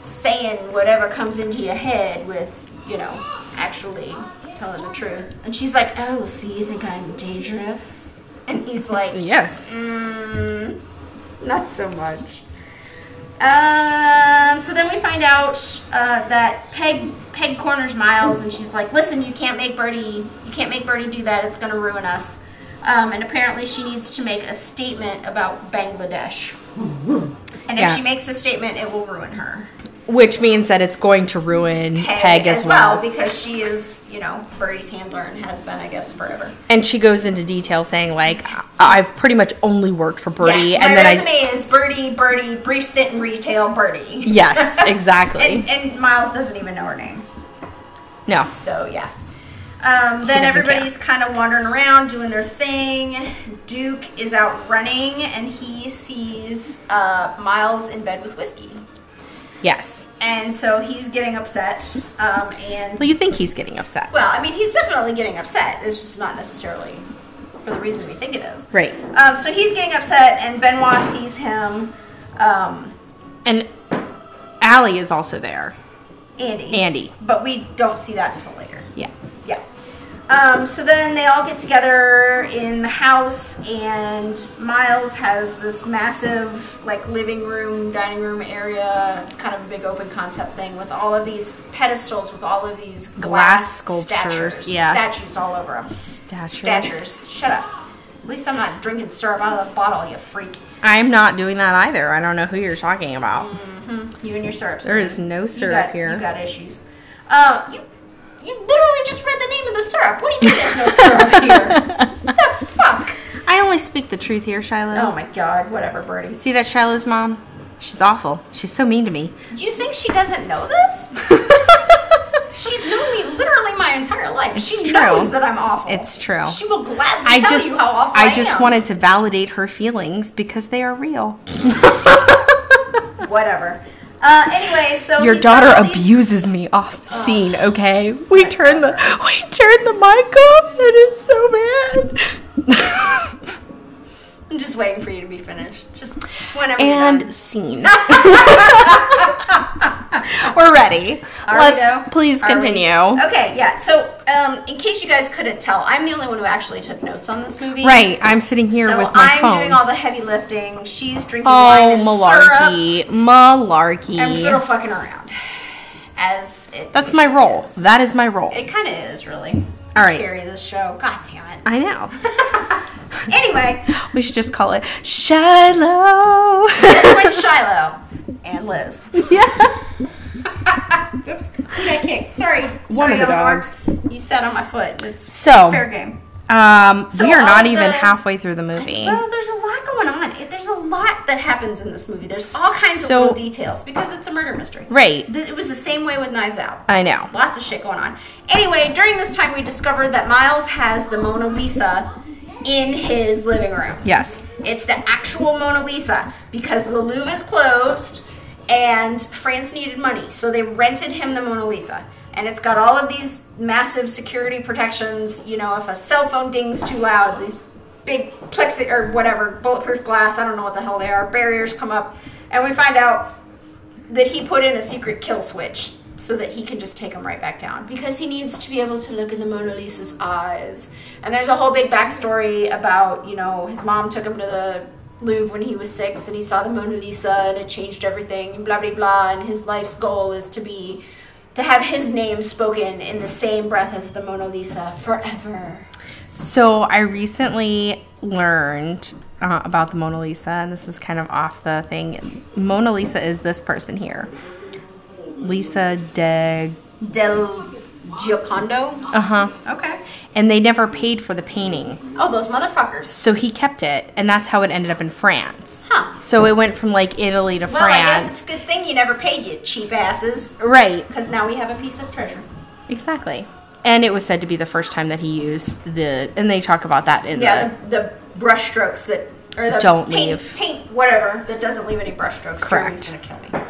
Speaker 2: saying whatever comes into your head with, you know, actually telling the truth. And she's like, oh, so you think I'm dangerous? And he's like,
Speaker 1: Yes.
Speaker 2: Mm, not so much. Um, so then we find out uh, that Peg Peg corners Miles, and she's like, "Listen, you can't make Birdie. You can't make Birdie do that. It's gonna ruin us." Um, and apparently, she needs to make a statement about Bangladesh. And if
Speaker 1: Yeah.
Speaker 2: she makes the statement, it will ruin her.
Speaker 1: Which means that it's going to ruin Peg, as, well.
Speaker 2: because she is, you know, Birdie's handler and has been, I guess, forever.
Speaker 1: And she goes into detail saying like, I've pretty much only worked for Birdie,
Speaker 2: yeah,
Speaker 1: and
Speaker 2: my
Speaker 1: then I
Speaker 2: resume is Birdie, Birdie, brief stint in retail, Birdie.
Speaker 1: yes, exactly.
Speaker 2: (laughs) And, and Miles doesn't even know her name.
Speaker 1: no.
Speaker 2: So yeah. Um, then
Speaker 1: doesn't
Speaker 2: everybody's kind of wandering around doing their thing. Duke is out running and he sees uh, Miles in bed with whiskey.
Speaker 1: Yes.
Speaker 2: And so he's getting upset. Um, and,
Speaker 1: Well, you think he's getting upset,
Speaker 2: well, I mean, he's definitely getting upset. It's just not necessarily for the reason we think it is.
Speaker 1: right?
Speaker 2: Um, so he's getting upset and Benoit sees him. Um,
Speaker 1: And Allie is also there.
Speaker 2: Andy.
Speaker 1: Andy.
Speaker 2: But we don't see that until later.
Speaker 1: Yeah.
Speaker 2: Yeah. Um, so then they all get together in the house, and Miles has this massive, like, living room, dining room area. It's kind of a big open concept thing with all of these pedestals with all of these glass,
Speaker 1: Glass sculptures,
Speaker 2: statues,
Speaker 1: yeah.
Speaker 2: statues all over them.
Speaker 1: Statures.
Speaker 2: Statues. Shut up. At least I'm not drinking syrup out of the bottle, you freak.
Speaker 1: I'm not doing that either. I don't know who you're talking about.
Speaker 2: You and your syrup.
Speaker 1: There is no
Speaker 2: You
Speaker 1: syrup
Speaker 2: got,
Speaker 1: here.
Speaker 2: You got issues. Uh, you you literally just read the name of the syrup. What do you mean there's
Speaker 1: (laughs)
Speaker 2: no syrup here? What the fuck?
Speaker 1: I only speak the truth here, Shiloh.
Speaker 2: Oh my god, whatever, Birdie.
Speaker 1: See that Shiloh's mom? She's awful. She's so mean to me.
Speaker 2: Do you think she doesn't
Speaker 1: (laughs)
Speaker 2: know this? She's known me literally my entire life.
Speaker 1: It's
Speaker 2: she
Speaker 1: true.
Speaker 2: knows that I'm awful.
Speaker 1: It's true.
Speaker 2: She will gladly
Speaker 1: I
Speaker 2: tell
Speaker 1: just
Speaker 2: you how awful I,
Speaker 1: I just
Speaker 2: am.
Speaker 1: wanted to validate her feelings because they are real.
Speaker 2: whatever. Uh, anyway, so
Speaker 1: Your
Speaker 2: he's got
Speaker 1: daughter
Speaker 2: all these-
Speaker 1: abuses me off the scene, okay? We turn the we turn the mic off and it's
Speaker 2: (laughs)
Speaker 1: so bad.
Speaker 2: I'm just waiting for you to be finished. Just whenever. you're done.
Speaker 1: and
Speaker 2: (laughs)
Speaker 1: scene. We're ready.
Speaker 2: Are we though?
Speaker 1: Let's please
Speaker 2: Are we-
Speaker 1: continue.
Speaker 2: Okay, yeah. So, um, in case you guys couldn't tell, I'm the only one who actually took notes on this movie.
Speaker 1: Right, I'm sitting here
Speaker 2: So
Speaker 1: with my
Speaker 2: I'm
Speaker 1: phone.
Speaker 2: doing all the heavy lifting. She's drinking wine
Speaker 1: oh,
Speaker 2: and syrup.
Speaker 1: malarkey,
Speaker 2: I'm fiddle
Speaker 1: malarkey.
Speaker 2: fucking around. As it,
Speaker 1: That's my role. That is my role.
Speaker 2: It kind of is really.
Speaker 1: All right.
Speaker 2: Carry this show. God damn it.
Speaker 1: I know.
Speaker 2: Anyway,
Speaker 1: We should just call it Shiloh. (laughs)
Speaker 2: like Shiloh and Liz.
Speaker 1: yeah.
Speaker 2: Oops. Who did I kick? Sorry.
Speaker 1: One
Speaker 2: Sorry,
Speaker 1: of the
Speaker 2: Eleanor.
Speaker 1: dogs.
Speaker 2: You sat on my foot. It's
Speaker 1: So,
Speaker 2: fair game.
Speaker 1: um,
Speaker 2: So
Speaker 1: we are
Speaker 2: all
Speaker 1: not
Speaker 2: the-
Speaker 1: even halfway through the movie.
Speaker 2: Well, Oh, there's a lot going on. It- There's a lot that happens in this movie. There's all kinds
Speaker 1: So-
Speaker 2: of little details because it's a murder mystery.
Speaker 1: Right.
Speaker 2: Th- It was the same way with Knives Out.
Speaker 1: I know.
Speaker 2: Lots of shit going on. Anyway, during this time, we discovered that Miles has the Mona Lisa in his living room.
Speaker 1: Yes.
Speaker 2: It's the actual Mona Lisa because the Louvre is closed and France needed money. So they rented him the Mona Lisa. And it's got all of these massive security protections. You know, if a cell phone dings too loud, these big plexi or whatever, bulletproof glass, I don't know what the hell they are, barriers come up. And we find out that he put in a secret kill switch so that he can just take him right back down because he needs to be able to look in the Mona Lisa's eyes. And there's a whole big backstory about, you know, his mom took him to the Louvre when he was six and he saw the Mona Lisa and it changed everything and blah blah blah. And his life's goal is to be to have his name spoken in the same breath as the Mona Lisa forever.
Speaker 1: So I recently learned uh, about the Mona Lisa, and this is kind of off the thing. Mona Lisa is this person here, Lisa de.
Speaker 2: Del Giocondo?
Speaker 1: Uh huh.
Speaker 2: Okay.
Speaker 1: And they never paid for the painting,
Speaker 2: Oh, those motherfuckers.
Speaker 1: so he kept it, and that's how it ended up in France.
Speaker 2: Huh.
Speaker 1: So it went from like Italy to
Speaker 2: Well, I guess it's
Speaker 1: France.
Speaker 2: a good thing you never paid, you cheap asses.
Speaker 1: Right.
Speaker 2: Because now we have a piece of treasure.
Speaker 1: Exactly. And it was said to be the first time that he used the, and they talk about that in
Speaker 2: Yeah,
Speaker 1: the.
Speaker 2: the, the brush strokes that or the
Speaker 1: Don't
Speaker 2: paint,
Speaker 1: leave.
Speaker 2: paint whatever that doesn't leave any brush strokes.
Speaker 1: Correct.
Speaker 2: Jeremy's gonna kill me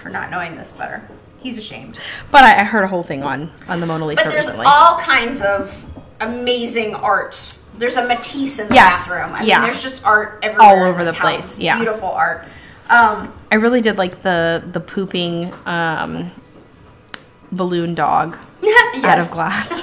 Speaker 2: for not knowing this better. He's ashamed.
Speaker 1: But I, I heard a whole thing on on the Mona Lisa
Speaker 2: But there's
Speaker 1: recently.
Speaker 2: all kinds of amazing art
Speaker 4: There's a Matisse in the
Speaker 1: Yes,
Speaker 4: bathroom. I
Speaker 1: yeah.
Speaker 4: mean, there's just art everywhere.
Speaker 1: All
Speaker 4: in
Speaker 1: over
Speaker 4: this
Speaker 1: the
Speaker 4: house.
Speaker 1: place, yeah.
Speaker 4: Beautiful art.
Speaker 2: (laughs)
Speaker 4: Um,
Speaker 1: I really did like the the pooping um, balloon dog out
Speaker 4: yes.
Speaker 1: of glass.
Speaker 4: (laughs)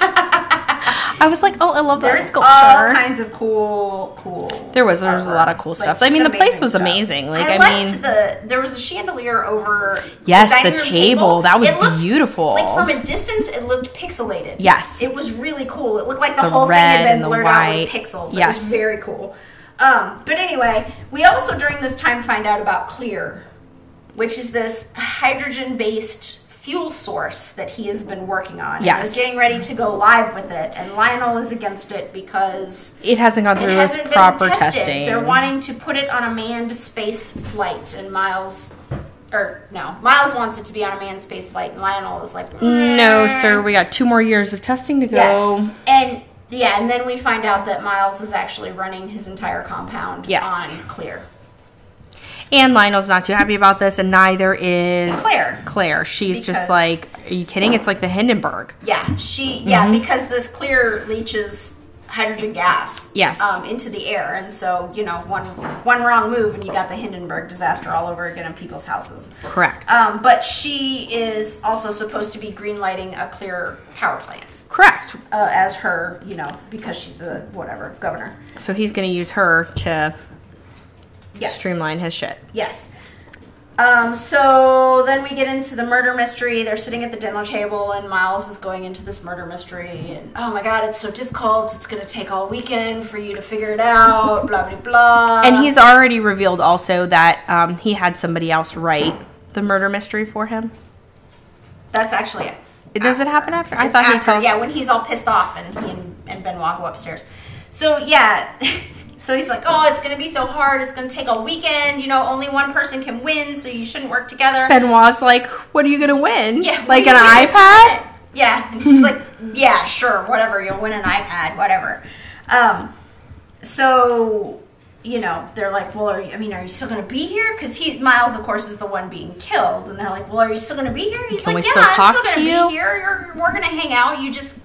Speaker 1: I was like, oh, I love that
Speaker 4: There's
Speaker 1: sculpture.
Speaker 4: all kinds of cool, cool.
Speaker 1: There was- there was a lot of cool
Speaker 4: artwork.
Speaker 1: stuff. I
Speaker 4: just
Speaker 1: mean, the place
Speaker 4: amazing
Speaker 1: was amazing. Like, I
Speaker 4: liked
Speaker 1: mean-
Speaker 4: the there was a chandelier over.
Speaker 1: Yes,
Speaker 4: dining
Speaker 1: the
Speaker 4: room
Speaker 1: table. That was
Speaker 4: It looked-
Speaker 1: beautiful.
Speaker 4: Like from a distance, it looked pixelated.
Speaker 1: Yes.
Speaker 4: it was really cool. It looked like the,
Speaker 1: The
Speaker 4: whole
Speaker 1: red
Speaker 4: thing
Speaker 1: and
Speaker 4: had been
Speaker 1: the
Speaker 4: blurred
Speaker 1: white.
Speaker 4: out with pixels.
Speaker 1: Yes.
Speaker 4: It was very cool. Um, but anyway, we also during this time find out about Clear, which is this hydrogen-based fuel source that he has been working on. And they're
Speaker 1: Yes.
Speaker 4: getting ready to go live with it, and Lionel is against it because
Speaker 1: it hasn't gone
Speaker 4: it
Speaker 1: through its
Speaker 4: hasn't been
Speaker 1: proper
Speaker 4: tested.
Speaker 1: testing.
Speaker 4: They're wanting to put it on a manned space flight, and Miles, or no, Miles wants it to be on a manned space flight, and Lionel is like,
Speaker 1: no,
Speaker 4: "Mm."
Speaker 1: sir. We got two more years of testing to go.
Speaker 4: Yes. And yeah, and then we find out that Miles is actually running his entire compound
Speaker 1: Yes.
Speaker 4: on clear.
Speaker 1: And Lionel's not too happy about this, and neither is
Speaker 4: Claire.
Speaker 1: Claire. She's
Speaker 4: Because-
Speaker 1: just like, are you kidding? It's like the Hindenburg.
Speaker 4: Yeah, she yeah,
Speaker 1: Mm-hmm.
Speaker 4: because this clear leaches hydrogen gas
Speaker 1: Yes.
Speaker 4: um, into the air and so, you know, one one wrong move and you got the Hindenburg disaster all over again in people's houses.
Speaker 1: Correct.
Speaker 4: Um, but she is also supposed to be greenlighting a clear power plant
Speaker 1: Correct.
Speaker 4: uh, as her, you know, because she's the whatever governor.
Speaker 1: So he's going to use her to
Speaker 4: Yes.
Speaker 1: streamline his shit.
Speaker 4: Yes. Um, so then we get into the murder mystery. They're sitting at the dinner table, and Miles is going into this murder mystery. And oh my god, it's so difficult. It's going to take all weekend for you to figure it out. Blah blah blah.
Speaker 1: And he's already revealed also that um, he had somebody else write the murder mystery for him.
Speaker 4: that's actually it.
Speaker 1: It- Does it happen after? I
Speaker 4: It's
Speaker 1: thought he
Speaker 4: after,
Speaker 1: tells.
Speaker 4: Yeah, when he's all pissed off, and he and, and Benoit go upstairs. So yeah. (laughs) So he's like, "Oh, it's gonna be so hard. It's gonna take all weekend. You know, only one person can win, so you shouldn't work together."
Speaker 1: Benoit's like, what are you going to win?
Speaker 4: Yeah,
Speaker 1: Like
Speaker 4: we-
Speaker 1: an
Speaker 4: we-
Speaker 1: iPad?
Speaker 4: Yeah, he's like, yeah, sure, whatever. You'll win an iPad, whatever. Um, so you know, they're like, well, are you, I mean, are you still gonna be here? Because he Miles, of course, is the one being killed, and they're like, well, are you still gonna be here? He's
Speaker 1: Can
Speaker 4: like,
Speaker 1: we
Speaker 4: yeah,
Speaker 1: still
Speaker 4: I'm
Speaker 1: talk
Speaker 4: still
Speaker 1: to
Speaker 4: gonna
Speaker 1: you?"
Speaker 4: be here. You're, we're gonna hang out. You just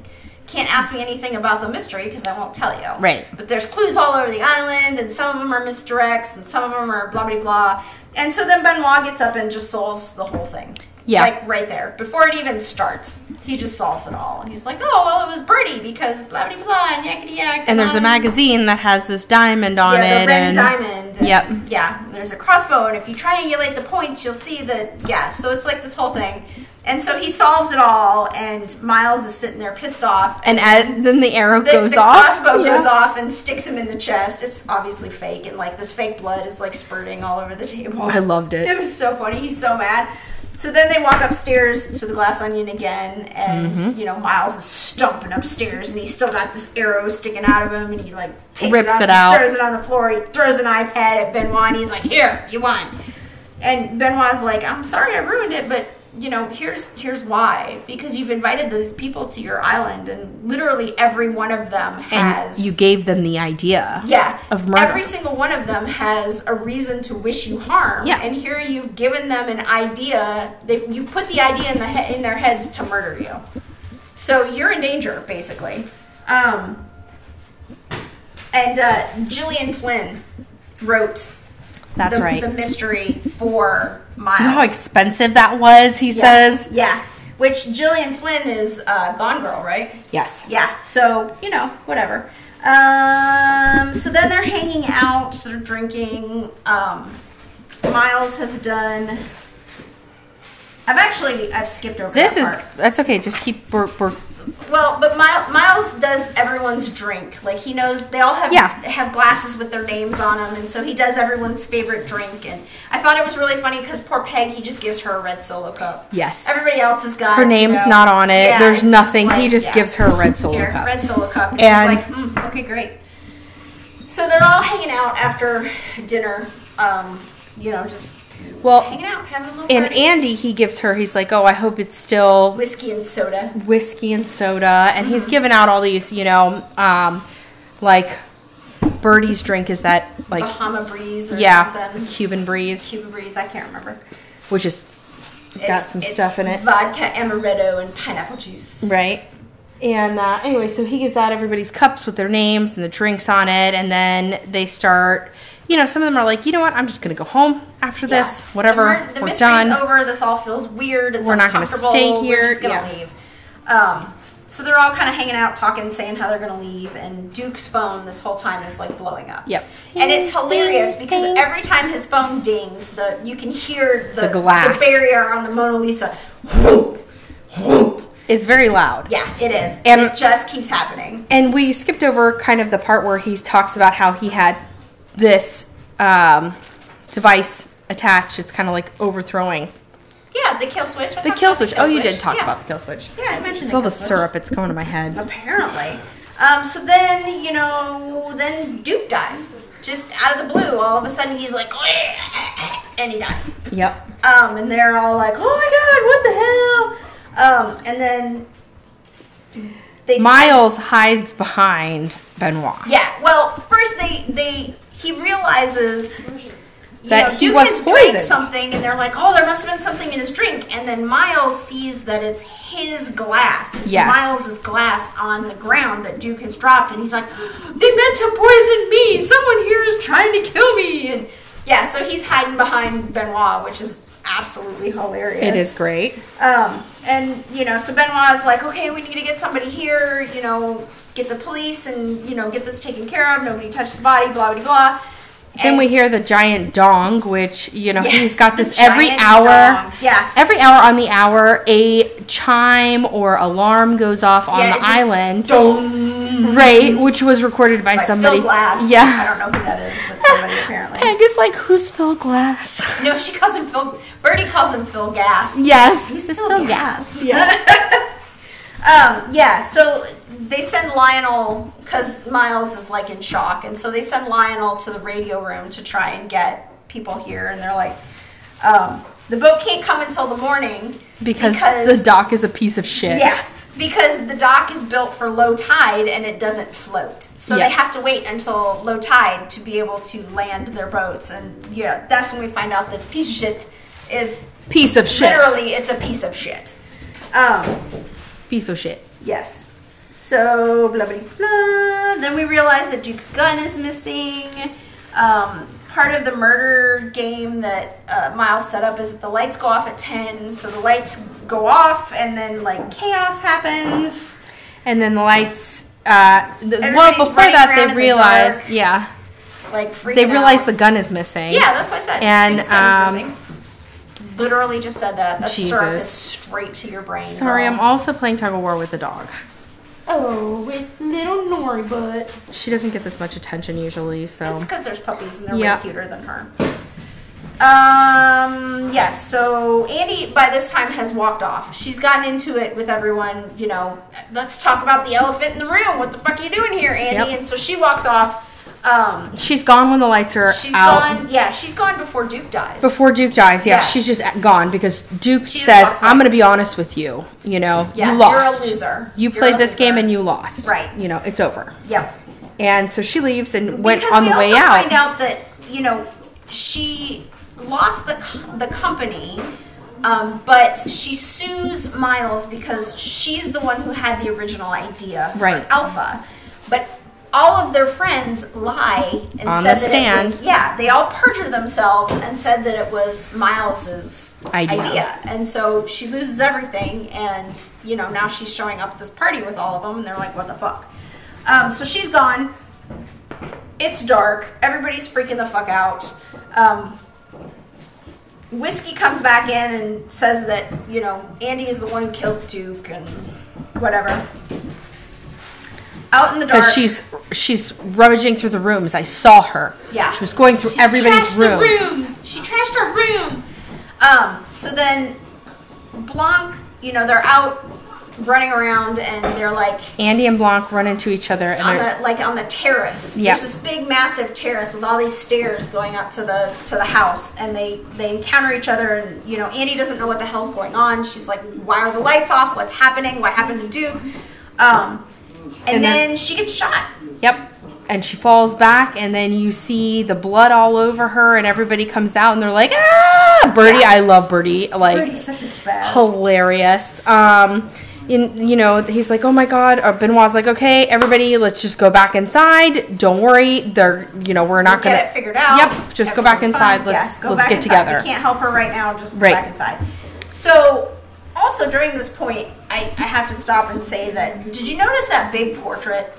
Speaker 4: can't ask me anything about the mystery because I won't tell you.
Speaker 1: Right.
Speaker 4: But there's clues all over the island, and some of them are misdirects, and some of them are blah blah blah. And so then Benoit gets up and just solves the whole thing.
Speaker 1: Yeah.
Speaker 4: Like right there. Before it even starts, he just solves it all. And he's like, oh, well, it was Birdie because blah, blah, blah, and yakety yak.
Speaker 1: And there's a
Speaker 4: blah."
Speaker 1: magazine that has this diamond on
Speaker 4: Um, Yeah, the
Speaker 1: it.
Speaker 4: red
Speaker 1: and
Speaker 4: diamond. and-
Speaker 1: Yep.
Speaker 4: Yeah, there's a crossbow, and if you triangulate the points, you'll see that, yeah, so it's like this whole thing. And so he solves it all, and Miles is sitting there pissed off.
Speaker 1: And as, then the arrow
Speaker 4: the,
Speaker 1: goes
Speaker 4: the
Speaker 1: off.
Speaker 4: crossbow
Speaker 1: Yeah.
Speaker 4: goes off and sticks him in the chest. It's obviously fake, and like this fake blood is like spurting all over the table. (laughs)
Speaker 1: I loved it.
Speaker 4: It was so funny. He's so mad. So then they walk upstairs to the glass onion again, and
Speaker 1: Mm-hmm.
Speaker 4: you know Miles is stomping upstairs, and he's still got this arrow sticking out of him, and he like takes
Speaker 1: Rips
Speaker 4: it,
Speaker 1: it
Speaker 4: out,
Speaker 1: out.
Speaker 4: throws it on the floor, he throws an iPad at Benoit, and he's like, "Here, you won." And Benoit's like, "I'm sorry I ruined it, but you know here's here's why because you've invited these people to your island, and literally every one of them
Speaker 1: And
Speaker 4: has
Speaker 1: you gave them the idea.
Speaker 4: yeah.
Speaker 1: of murder.
Speaker 4: Every single one of them has a reason to wish you harm.
Speaker 1: Yeah.
Speaker 4: And here you've given them an idea. They, you put the idea in the he- in their heads to murder you. So you're in danger, basically. Um, and uh, Gillian Flynn wrote
Speaker 1: That's
Speaker 4: the,
Speaker 1: right.
Speaker 4: the mystery for Miles.
Speaker 1: You know how expensive that was, he
Speaker 4: Yeah.
Speaker 1: says?
Speaker 4: Yeah. Which Gillian Flynn is uh, Gone Girl, right?
Speaker 1: Yes.
Speaker 4: Yeah, so, you know, whatever. Um, so then they're hanging out, they're drinking. Um, Miles has done. I've actually I've skipped over
Speaker 1: This
Speaker 4: that
Speaker 1: is,
Speaker 4: part.
Speaker 1: that's okay. Just keep, we're, we're
Speaker 4: well, but Miles, Miles does everyone's drink. Like he knows they all have
Speaker 1: Yeah.
Speaker 4: have glasses with their names on them, and so he does everyone's favorite drink. And I thought it was really funny because poor Peg, he just gives her a red solo cup.
Speaker 1: Yes.
Speaker 4: everybody else has got
Speaker 1: her
Speaker 4: you
Speaker 1: name's
Speaker 4: know.
Speaker 1: not on it.
Speaker 4: Yeah,
Speaker 1: There's
Speaker 4: it's just
Speaker 1: nothing. he
Speaker 4: like-
Speaker 1: just
Speaker 4: yeah.
Speaker 1: gives her a red solo
Speaker 4: Here,
Speaker 1: cup.
Speaker 4: Red solo cup. And,
Speaker 1: And-
Speaker 4: she's like, mm, okay, great. So they're all hanging out after dinner. Um, you know, just
Speaker 1: well,
Speaker 4: hanging out, having a little
Speaker 1: and
Speaker 4: party.
Speaker 1: Andy, he gives her. He's like, "Oh, I hope it's still
Speaker 4: whiskey and soda.
Speaker 1: whiskey and soda." And
Speaker 4: Mm-hmm.
Speaker 1: he's given out all these, you know, um, like Birdie's drink is that like
Speaker 4: Bahama breeze or
Speaker 1: yeah
Speaker 4: something.
Speaker 1: Cuban breeze,
Speaker 4: Cuba breeze. I can't remember.
Speaker 1: which is got
Speaker 4: It's-
Speaker 1: some
Speaker 4: it's
Speaker 1: stuff in it,
Speaker 4: Vodka, amaretto, and pineapple juice.
Speaker 1: right? And uh, anyway, so he gives out everybody's cups with their names and the drinks on it, and then they start. You know, some of them are like, you know what? I'm just gonna go home after this.
Speaker 4: Yeah.
Speaker 1: Whatever,
Speaker 4: The, the
Speaker 1: we're
Speaker 4: mystery's
Speaker 1: done.
Speaker 4: over. This all feels weird. It's
Speaker 1: We're not gonna
Speaker 4: uncomfortable.
Speaker 1: stay
Speaker 4: We're just
Speaker 1: here.
Speaker 4: gonna
Speaker 1: Yeah.
Speaker 4: leave. Um, so they're all kind of hanging out, talking, saying how they're gonna leave, and Duke's phone this whole time is like blowing up.
Speaker 1: Yep.
Speaker 4: And it's hilarious
Speaker 1: Ding,
Speaker 4: because
Speaker 1: ding.
Speaker 4: every time his phone dings, the you can hear the,
Speaker 1: The glass.
Speaker 4: barrier on the Mona Lisa. Whoop, whoop.
Speaker 1: It's very loud.
Speaker 4: Yeah, it is.
Speaker 1: And-
Speaker 4: And it just keeps happening.
Speaker 1: And we skipped over kind of the part where he talks about how he had this um, device attached. It's kind of like overthrowing
Speaker 4: Yeah, the kill switch. I
Speaker 1: the
Speaker 4: talked
Speaker 1: kill
Speaker 4: about
Speaker 1: switch. Oh, you did talk
Speaker 4: Yeah.
Speaker 1: about the kill switch.
Speaker 4: Yeah, I mentioned
Speaker 1: It's
Speaker 4: the
Speaker 1: all the
Speaker 4: kill switch.
Speaker 1: syrup. It's going to my head.
Speaker 4: Apparently. Um, so then, you know, then Duke dies. Just out of the blue, all of a sudden he's like, and he dies.
Speaker 1: Yep.
Speaker 4: Um, and they're all like, oh my god, what the hell? Um, and then they
Speaker 1: Miles hides behind Benoit.
Speaker 4: Yeah, well, first they, they, he realizes you
Speaker 1: That
Speaker 4: know,
Speaker 1: he
Speaker 4: Duke
Speaker 1: was
Speaker 4: has drank
Speaker 1: poisoned.
Speaker 4: something, and they're like, "Oh, there must have been something in his drink." And then Miles sees that it's his glass. It's
Speaker 1: Yes.
Speaker 4: Miles's glass on the ground that Duke has dropped, and he's like, "They meant to poison me. Someone here is trying to kill me." And yeah, so he's hiding behind Benoit, which is absolutely hilarious.
Speaker 1: It is great.
Speaker 4: Um, and you know, so Benoit's like, okay, we need to get somebody here. You know, get the police and you know get this taken care of. Nobody touched the body. Blah blah blah.
Speaker 1: Then we hear the giant dong, which you know
Speaker 4: Yeah,
Speaker 1: he's got
Speaker 4: the
Speaker 1: this every
Speaker 4: giant
Speaker 1: hour.
Speaker 4: dong. Yeah.
Speaker 1: Every hour on the hour, a chime or alarm goes off on
Speaker 4: Yeah, it
Speaker 1: the
Speaker 4: just- (laughs)
Speaker 1: island,
Speaker 4: Dong.
Speaker 1: right? Which was recorded by,
Speaker 4: By
Speaker 1: somebody.
Speaker 4: Phil Glass. I
Speaker 1: Yeah.
Speaker 4: don't know who that is, but
Speaker 1: (laughs)
Speaker 4: somebody apparently.
Speaker 1: Peg is like, who's Phil Glass? (laughs)
Speaker 4: No, she calls him Phil. Birdie calls him Phil Gas.
Speaker 1: yes.
Speaker 4: He's
Speaker 1: It's
Speaker 4: Phil Gas.
Speaker 1: Yeah.
Speaker 4: Um, yeah. So they send Lionel because Miles is like in shock, and so they send Lionel to the radio room to try and get people here, and they're like, um, the boat can't come until the morning
Speaker 1: Because,
Speaker 4: Because-
Speaker 1: the doc is a piece of shit.
Speaker 4: Yeah, because the dock is built for low tide and it doesn't float. So
Speaker 1: Yeah.
Speaker 4: they have to wait until low tide to be able to land their boats. And yeah, that's when we find out that piece of shit is
Speaker 1: Piece of shit.
Speaker 4: literally it's a piece of shit. Um,
Speaker 1: Piece of shit.
Speaker 4: yes. So blah blah blah. Then we realize that Duke's gun is missing. Um, part of the murder game that uh, Miles set up is that the lights go off at ten, so the lights go off, and then like chaos happens.
Speaker 1: And then the lights. Uh, the, well,
Speaker 4: Everybody's
Speaker 1: before
Speaker 4: running
Speaker 1: that,
Speaker 4: around in
Speaker 1: they
Speaker 4: the
Speaker 1: realized.
Speaker 4: dark.
Speaker 1: yeah.
Speaker 4: like freaking
Speaker 1: They realized
Speaker 4: out.
Speaker 1: the gun is missing.
Speaker 4: yeah that's what i said
Speaker 1: and,
Speaker 4: Duke's gun is
Speaker 1: um,
Speaker 4: missing. literally just said that that syrup is
Speaker 1: Jesus.
Speaker 4: straight to your brain
Speaker 1: Sorry,
Speaker 4: girl.
Speaker 1: I'm also playing tug of war with the dog.
Speaker 4: oh with little nori but
Speaker 1: She doesn't get this much attention usually, so
Speaker 4: it's because there's puppies and they're
Speaker 1: Yeah.
Speaker 4: way cuter than her um yes so andy by this time has walked off she's gotten into it with everyone you know let's talk about the elephant in the room what the fuck are you doing here andy
Speaker 1: Yep.
Speaker 4: and so she walks off um
Speaker 1: she's gone when the lights are
Speaker 4: she's
Speaker 1: out.
Speaker 4: gone yeah she's gone before duke dies
Speaker 1: Before Duke dies, yeah,
Speaker 4: Yeah.
Speaker 1: she's just at- gone because Duke
Speaker 4: She just
Speaker 1: says,
Speaker 4: walks away.
Speaker 1: "I'm going to be honest with you. You know,
Speaker 4: Yeah,
Speaker 1: you
Speaker 4: you're a
Speaker 1: lost.
Speaker 4: loser.
Speaker 1: You
Speaker 4: You're
Speaker 1: played
Speaker 4: a
Speaker 1: this game
Speaker 4: loser."
Speaker 1: and you lost.
Speaker 4: Right.
Speaker 1: You know, it's over."
Speaker 4: yep
Speaker 1: And so she leaves and went
Speaker 4: because
Speaker 1: on
Speaker 4: we
Speaker 1: the way
Speaker 4: also
Speaker 1: out.
Speaker 4: find out that you know she lost the co- the company, um, but she sues Miles because she's the one who had the original idea
Speaker 1: Right.
Speaker 4: for Alpha, but. All of their friends lie and
Speaker 1: On
Speaker 4: said
Speaker 1: the
Speaker 4: that
Speaker 1: stand.
Speaker 4: it was yeah, they all perjure themselves and said that it was Miles's
Speaker 1: Idea.
Speaker 4: idea. And so she loses everything and you know, now she's showing up at this party with all of them and they're like, What the fuck? Um, so she's gone. It's dark. Everybody's freaking the fuck out. Um, Whiskey comes back in and says that, you know, Andy is the one who killed Duke and whatever. Out in the dark.
Speaker 1: because she's she's rummaging through the rooms. I saw her.
Speaker 4: Yeah.
Speaker 1: She was going through
Speaker 4: She's
Speaker 1: everybody's
Speaker 4: trashed the
Speaker 1: rooms.
Speaker 4: room. She trashed her room. Um, so then Blanc, you know, they're out running around and they're like
Speaker 1: Andy and Blanc run into each other, and
Speaker 4: on
Speaker 1: they're-
Speaker 4: the like on the terrace.
Speaker 1: Yeah.
Speaker 4: There's this big massive terrace with all these stairs going up to the to the house and they they encounter each other and you know Andy doesn't know what the hell's going on. She's like, Why are the lights off? What's happening? What happened to Duke? Um and,
Speaker 1: And then-
Speaker 4: then, she gets shot.
Speaker 1: Yep. And she falls back, and then you see the blood all over her, and everybody comes out, and they're like, "Ah, Birdie! I love Birdie! Like
Speaker 4: Birdie's such a spaz.
Speaker 1: hilarious." Um, in, you know, he's like, oh my God. Or Benoit's like, okay, everybody, let's just go back inside. Don't worry. They're, you know, we're not
Speaker 4: Get
Speaker 1: going
Speaker 4: it figured out.
Speaker 1: Yep. Just go back
Speaker 4: Everything's
Speaker 1: inside.
Speaker 4: fine.
Speaker 1: Let's,
Speaker 4: Yeah, go
Speaker 1: let's
Speaker 4: back
Speaker 1: get
Speaker 4: inside.
Speaker 1: together.
Speaker 4: We can't help her right now. Just go
Speaker 1: Right.
Speaker 4: back inside. So, also during this point, I, I have to stop and say that. Did you notice that big portrait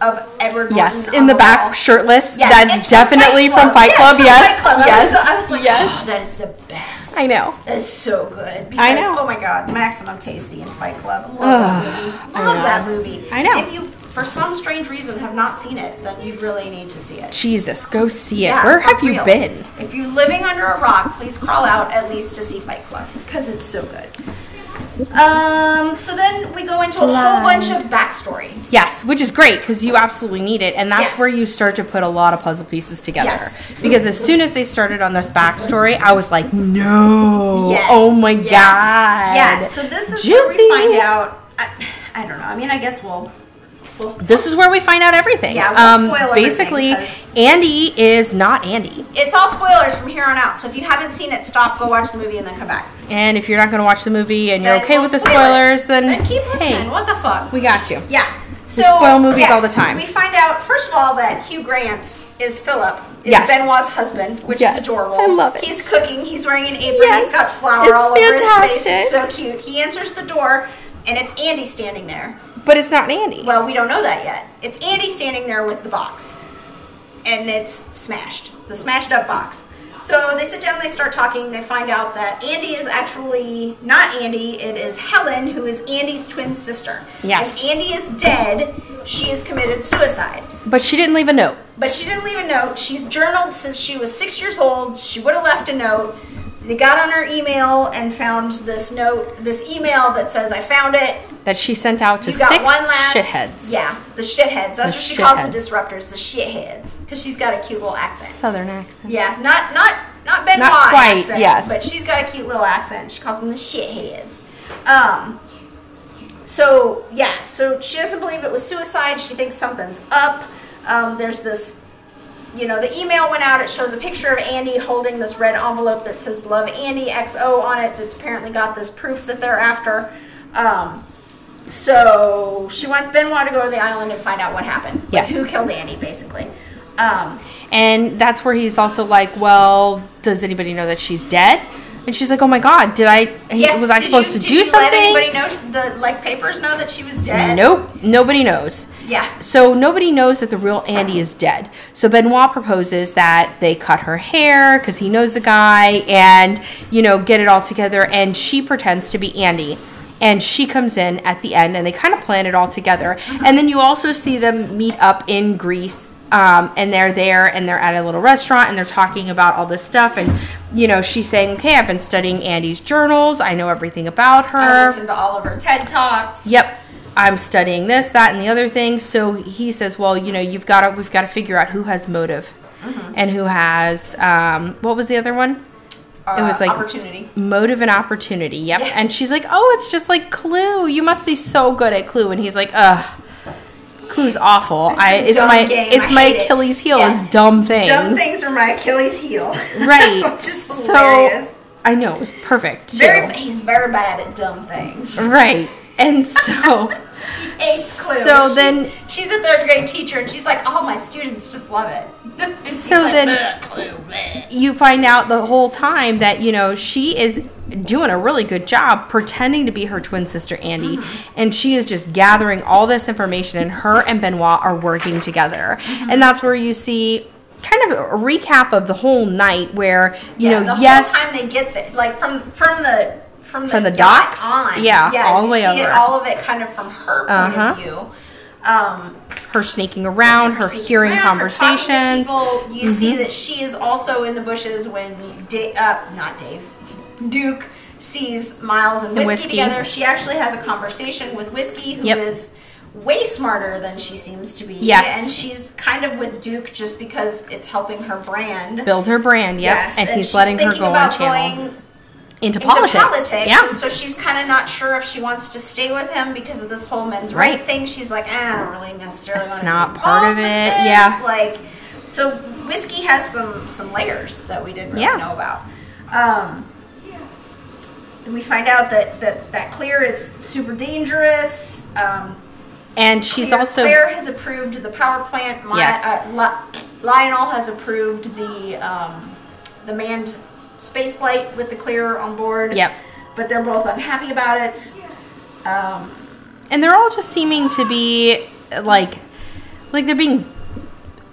Speaker 4: of Edward?
Speaker 1: Yes,
Speaker 4: Norton
Speaker 1: in
Speaker 4: on
Speaker 1: the
Speaker 4: wall?
Speaker 1: back, shirtless.
Speaker 4: Yes,
Speaker 1: That's
Speaker 4: it's
Speaker 1: definitely from Fight Club.
Speaker 4: it's
Speaker 1: Yes,
Speaker 4: from Fight Club.
Speaker 1: yes,
Speaker 4: I was, I was like,
Speaker 1: yes.
Speaker 4: "Oh, that is the best.
Speaker 1: I know.
Speaker 4: That's so good. Because,
Speaker 1: I know.
Speaker 4: Oh my god, Maximum Tasty in Fight Club. Love that movie. Love
Speaker 1: know.
Speaker 4: that movie.
Speaker 1: I know.
Speaker 4: If you, for some strange reason, have not seen it, then you really need to see it.
Speaker 1: Jesus, go see it.
Speaker 4: Yeah,
Speaker 1: Where
Speaker 4: for
Speaker 1: have you
Speaker 4: real.
Speaker 1: been?
Speaker 4: If you're living under a rock, please crawl out at least to see Fight Club because it's so good. Um. So then we go into a whole bunch of backstory.
Speaker 1: Yes, which is great because you absolutely need it, and that's
Speaker 4: Yes.
Speaker 1: where you start to put a lot of puzzle pieces together.
Speaker 4: Yes.
Speaker 1: Because as soon as they started on this backstory, I was like, no,
Speaker 4: Yes.
Speaker 1: oh my
Speaker 4: Yeah.
Speaker 1: god,
Speaker 4: Yeah. So this is where we find out. I, I don't know. I mean, I guess we'll. we'll
Speaker 1: This is where we find out everything. Um,
Speaker 4: Yeah, we'll spoil everything
Speaker 1: basically,
Speaker 4: 'cause-
Speaker 1: Andy is not Andy,
Speaker 4: it's all spoilers from here on out. So if you haven't seen it, stop, go watch the movie, and then come back.
Speaker 1: and if you're not going to watch the movie and you're
Speaker 4: Then
Speaker 1: okay
Speaker 4: we'll
Speaker 1: with the
Speaker 4: spoil it.
Speaker 1: spoilers, then,
Speaker 4: Then keep listening.
Speaker 1: hey,
Speaker 4: What the fuck?
Speaker 1: we got you.
Speaker 4: yeah.
Speaker 1: We spoil movies all the time.
Speaker 4: We find out first of all that Hugh Grant is Philip, is
Speaker 1: Yes.
Speaker 4: Benoit's husband, which
Speaker 1: Yes.
Speaker 4: is adorable.
Speaker 1: I love it.
Speaker 4: He's cooking. He's wearing an apron.
Speaker 1: Yes.
Speaker 4: He's got flour
Speaker 1: It's
Speaker 4: all over his face. It's so
Speaker 1: fantastic.
Speaker 4: cute. He answers the door, and it's Andy standing there.
Speaker 1: But it's not Andy.
Speaker 4: Well, we don't know that yet. It's Andy standing there with the box. And it's smashed. The smashed up box. So they sit down, they start talking, they find out that Andy is actually not Andy, it is Helen, who is Andy's twin sister.
Speaker 1: Yes.
Speaker 4: If Andy is dead, she has committed suicide.
Speaker 1: but she didn't leave a note.
Speaker 4: But she didn't leave a note. She's journaled since she was six years old. She would have left a note. They got on her email and found this note, this email that says, I found it
Speaker 1: that she sent out to
Speaker 4: you got
Speaker 1: six
Speaker 4: one last
Speaker 1: shitheads.
Speaker 4: Yeah, the shitheads. That's
Speaker 1: The
Speaker 4: what she calls
Speaker 1: shitheads.
Speaker 4: the disruptors, the shitheads, because she's got a cute little accent.
Speaker 1: Southern accent.
Speaker 4: Yeah, not not not Benoit
Speaker 1: Not quite,
Speaker 4: accent,
Speaker 1: yes.
Speaker 4: but she's got a cute little accent. She calls them the shitheads. Um. So yeah, so she doesn't believe it was suicide. She thinks something's up. Um, there's this. You know, the email went out. It shows a picture of Andy holding this red envelope that says "Love Andy XO" on it. That's apparently got this proof that they're after. Um, so she wants Benoit to go to the island and find out what happened. Like,
Speaker 1: Yes.
Speaker 4: who killed Andy, basically. Um,
Speaker 1: And that's where he's also like, well, does anybody know that she's dead? And she's like, oh my god, did I? he- Was I
Speaker 4: did
Speaker 1: supposed
Speaker 4: you-
Speaker 1: to
Speaker 4: did
Speaker 1: do
Speaker 4: you
Speaker 1: something?
Speaker 4: Let anybody know the like papers know that she was dead?
Speaker 1: Nope, nobody knows.
Speaker 4: Yeah.
Speaker 1: So nobody knows that the real Andy is dead. So Benoit proposes that they cut her hair because he knows the guy and, you know, get it all together. And she pretends to be Andy. And she comes in at the end and they kind of plan it all together. And then you also see them meet up in Greece. Um, and they're there and they're at a little restaurant and they're talking about all this stuff. And, you know, she's saying, okay, I've been studying Andy's journals. I know everything about her.
Speaker 4: I listened to all of her TED talks.
Speaker 1: Yep. I'm studying this, that, and the other thing. So he says, "Well, you know, you've got to, we've got to figure out who has motive,
Speaker 4: Mm-hmm.
Speaker 1: and who has, um, what was the other one?
Speaker 4: Uh,
Speaker 1: It was like-
Speaker 4: opportunity.
Speaker 1: Motive and opportunity. Yep."
Speaker 4: Yeah.
Speaker 1: And she's like, "Oh, it's just like Clue. You must be so good at Clue." And he's like, "Ugh, Clue's awful. I,
Speaker 4: a
Speaker 1: it's
Speaker 4: dumb
Speaker 1: my,
Speaker 4: game.
Speaker 1: it's
Speaker 4: I
Speaker 1: my
Speaker 4: hate it."
Speaker 1: Achilles heel
Speaker 4: Yeah.
Speaker 1: is dumb things.
Speaker 4: Dumb things (laughs) are my Achilles heel.
Speaker 1: right?
Speaker 4: Which is
Speaker 1: so
Speaker 4: hilarious.
Speaker 1: I know it was perfect. Too.
Speaker 4: (laughs) Very, he's very bad at dumb things.
Speaker 1: right. And
Speaker 4: (laughs)
Speaker 1: so.
Speaker 4: Ace clue.
Speaker 1: So
Speaker 4: She's-
Speaker 1: then-
Speaker 4: she's a third grade teacher, and she's like, "All my students just love it." (laughs) And she's
Speaker 1: So
Speaker 4: like,
Speaker 1: then-
Speaker 4: "Ugh, clue, bleh."
Speaker 1: you find out the whole time that you know she is doing a really good job pretending to be her twin sister Andy
Speaker 4: Mm-hmm.
Speaker 1: and she is just gathering all this information and her and Benoit are working together
Speaker 4: Mm-hmm.
Speaker 1: and that's where you see kind of a recap of the whole night where you
Speaker 4: Yeah,
Speaker 1: know
Speaker 4: the
Speaker 1: yes
Speaker 4: whole time they get the, like from from the from the,
Speaker 1: From the
Speaker 4: yacht
Speaker 1: docks?
Speaker 4: on,
Speaker 1: Yeah, all
Speaker 4: you
Speaker 1: the way
Speaker 4: see It,
Speaker 1: over.
Speaker 4: all of it kind of from her point
Speaker 1: Uh-huh.
Speaker 4: of view. Um,
Speaker 1: her sneaking around her
Speaker 4: sneaking
Speaker 1: hearing
Speaker 4: around, her talking to
Speaker 1: conversations Mm-hmm.
Speaker 4: people. You see that she is also in the bushes when da- uh, not Dave, Duke sees Miles and Whiskey,
Speaker 1: And Whiskey.
Speaker 4: together. She actually has a conversation with Whiskey, who is
Speaker 1: Yep.
Speaker 4: way smarter than she seems to be.
Speaker 1: Yes.
Speaker 4: and she's kind of with Duke just because it's helping her brand.
Speaker 1: build her brand yep
Speaker 4: Yes,
Speaker 1: and, he's
Speaker 4: she's
Speaker 1: letting her
Speaker 4: thinking
Speaker 1: go on
Speaker 4: about
Speaker 1: channel
Speaker 4: going
Speaker 1: into,
Speaker 4: into
Speaker 1: politics. yeah
Speaker 4: and so she's kind of not sure if she wants to stay with him because of this whole men's
Speaker 1: Right.
Speaker 4: right, thing. She's like, "Eh, I don't really necessarily.
Speaker 1: That's
Speaker 4: wanna be
Speaker 1: not part of
Speaker 4: involved with
Speaker 1: it,
Speaker 4: this."
Speaker 1: yeah.
Speaker 4: Like, (laughs) so whiskey has some some layers that we didn't really
Speaker 1: Yeah.
Speaker 4: know about. Um,
Speaker 2: Then we find out that that, that Claire is super dangerous. Um,
Speaker 1: And she's
Speaker 2: Claire,
Speaker 1: also
Speaker 2: Claire has approved the power plant. Li-
Speaker 1: Yes.
Speaker 2: uh, Li- Lionel has approved the um, the manned space flight with the Claire on board.
Speaker 1: Yep.
Speaker 2: But they're both unhappy about it. Um,
Speaker 1: and they're all just seeming to be like like they're being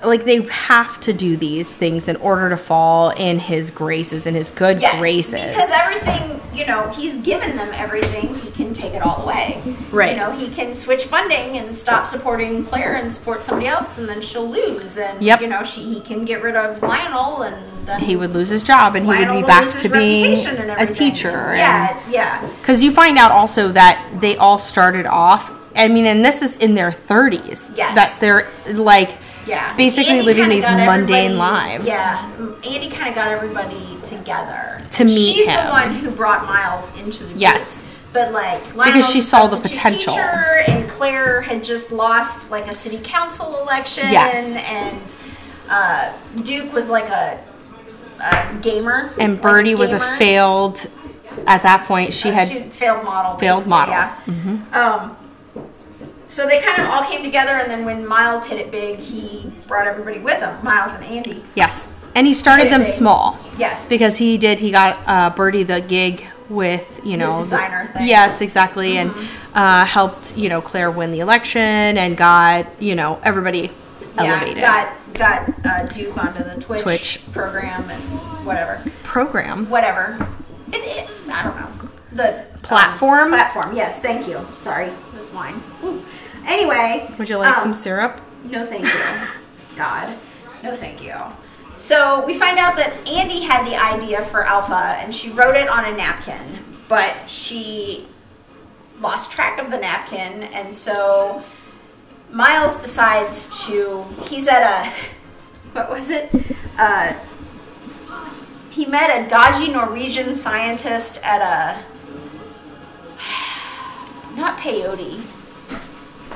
Speaker 1: like they have to do these things in order to fall in his graces and his good
Speaker 2: yes,
Speaker 1: graces.
Speaker 2: because everything you know he's given them everything he can take it all away
Speaker 1: Right.
Speaker 2: you know he can switch funding and stop supporting claire and support somebody else and then she'll lose and
Speaker 1: Yep.
Speaker 2: you know she he can get rid of lionel and then
Speaker 1: he would lose his job and he
Speaker 2: Lionel
Speaker 1: would be
Speaker 2: will
Speaker 1: back
Speaker 2: lose
Speaker 1: to
Speaker 2: his
Speaker 1: being
Speaker 2: reputation and
Speaker 1: a
Speaker 2: everything.
Speaker 1: teacher.
Speaker 2: yeah yeah
Speaker 1: Because you find out also that they all started off, I mean, and this is in their 30s.
Speaker 2: Yes.
Speaker 1: That they're like
Speaker 2: yeah
Speaker 1: basically
Speaker 2: Andy
Speaker 1: living
Speaker 2: kinda
Speaker 1: these
Speaker 2: got
Speaker 1: mundane
Speaker 2: everybody-
Speaker 1: lives.
Speaker 2: yeah andy kind of got everybody together
Speaker 1: To meet
Speaker 2: she's
Speaker 1: him.
Speaker 2: the one who brought miles into the group.
Speaker 1: Yes.
Speaker 2: but like
Speaker 1: Because she
Speaker 2: Lionel's a
Speaker 1: saw the
Speaker 2: substitute
Speaker 1: potential.
Speaker 2: teacher, and claire had just lost like a city council election
Speaker 1: Yes.
Speaker 2: and uh, duke was like a, a gamer
Speaker 1: And
Speaker 2: like
Speaker 1: Birdie was a
Speaker 2: gamer.
Speaker 1: failed, at that point, she
Speaker 2: Uh,
Speaker 1: had,
Speaker 2: she failed model
Speaker 1: failed
Speaker 2: basically,
Speaker 1: model.
Speaker 2: yeah um, so they kind of all came together and then when miles hit it big he brought everybody with him miles and andy
Speaker 1: yes. And he started them
Speaker 2: They-
Speaker 1: small.
Speaker 2: yes
Speaker 1: Because he did, he got uh, Birdie the gig with, you know,
Speaker 2: designer thing. Mm-hmm.
Speaker 1: Yes, exactly. And uh, helped, you know, Claire win the election and got, you know, everybody elevated.
Speaker 2: Yeah, got got uh, Duke onto the Twitch,
Speaker 1: Twitch.
Speaker 2: program and whatever,
Speaker 1: Program.
Speaker 2: whatever. It, it, I don't know the um,
Speaker 1: Platform?
Speaker 2: platform, yes. Thank you. Sorry, this wine. Ooh. Anyway,
Speaker 1: Would you like
Speaker 2: um,
Speaker 1: some syrup?
Speaker 2: No, thank you. God, no, thank you. So we find out that Andy had the idea for Alpha, and she wrote it on a napkin, but she lost track of the napkin, and so Miles decides to. He's at a. (laughs) What was it? Uh, he met a dodgy Norwegian scientist at a. Not peyote,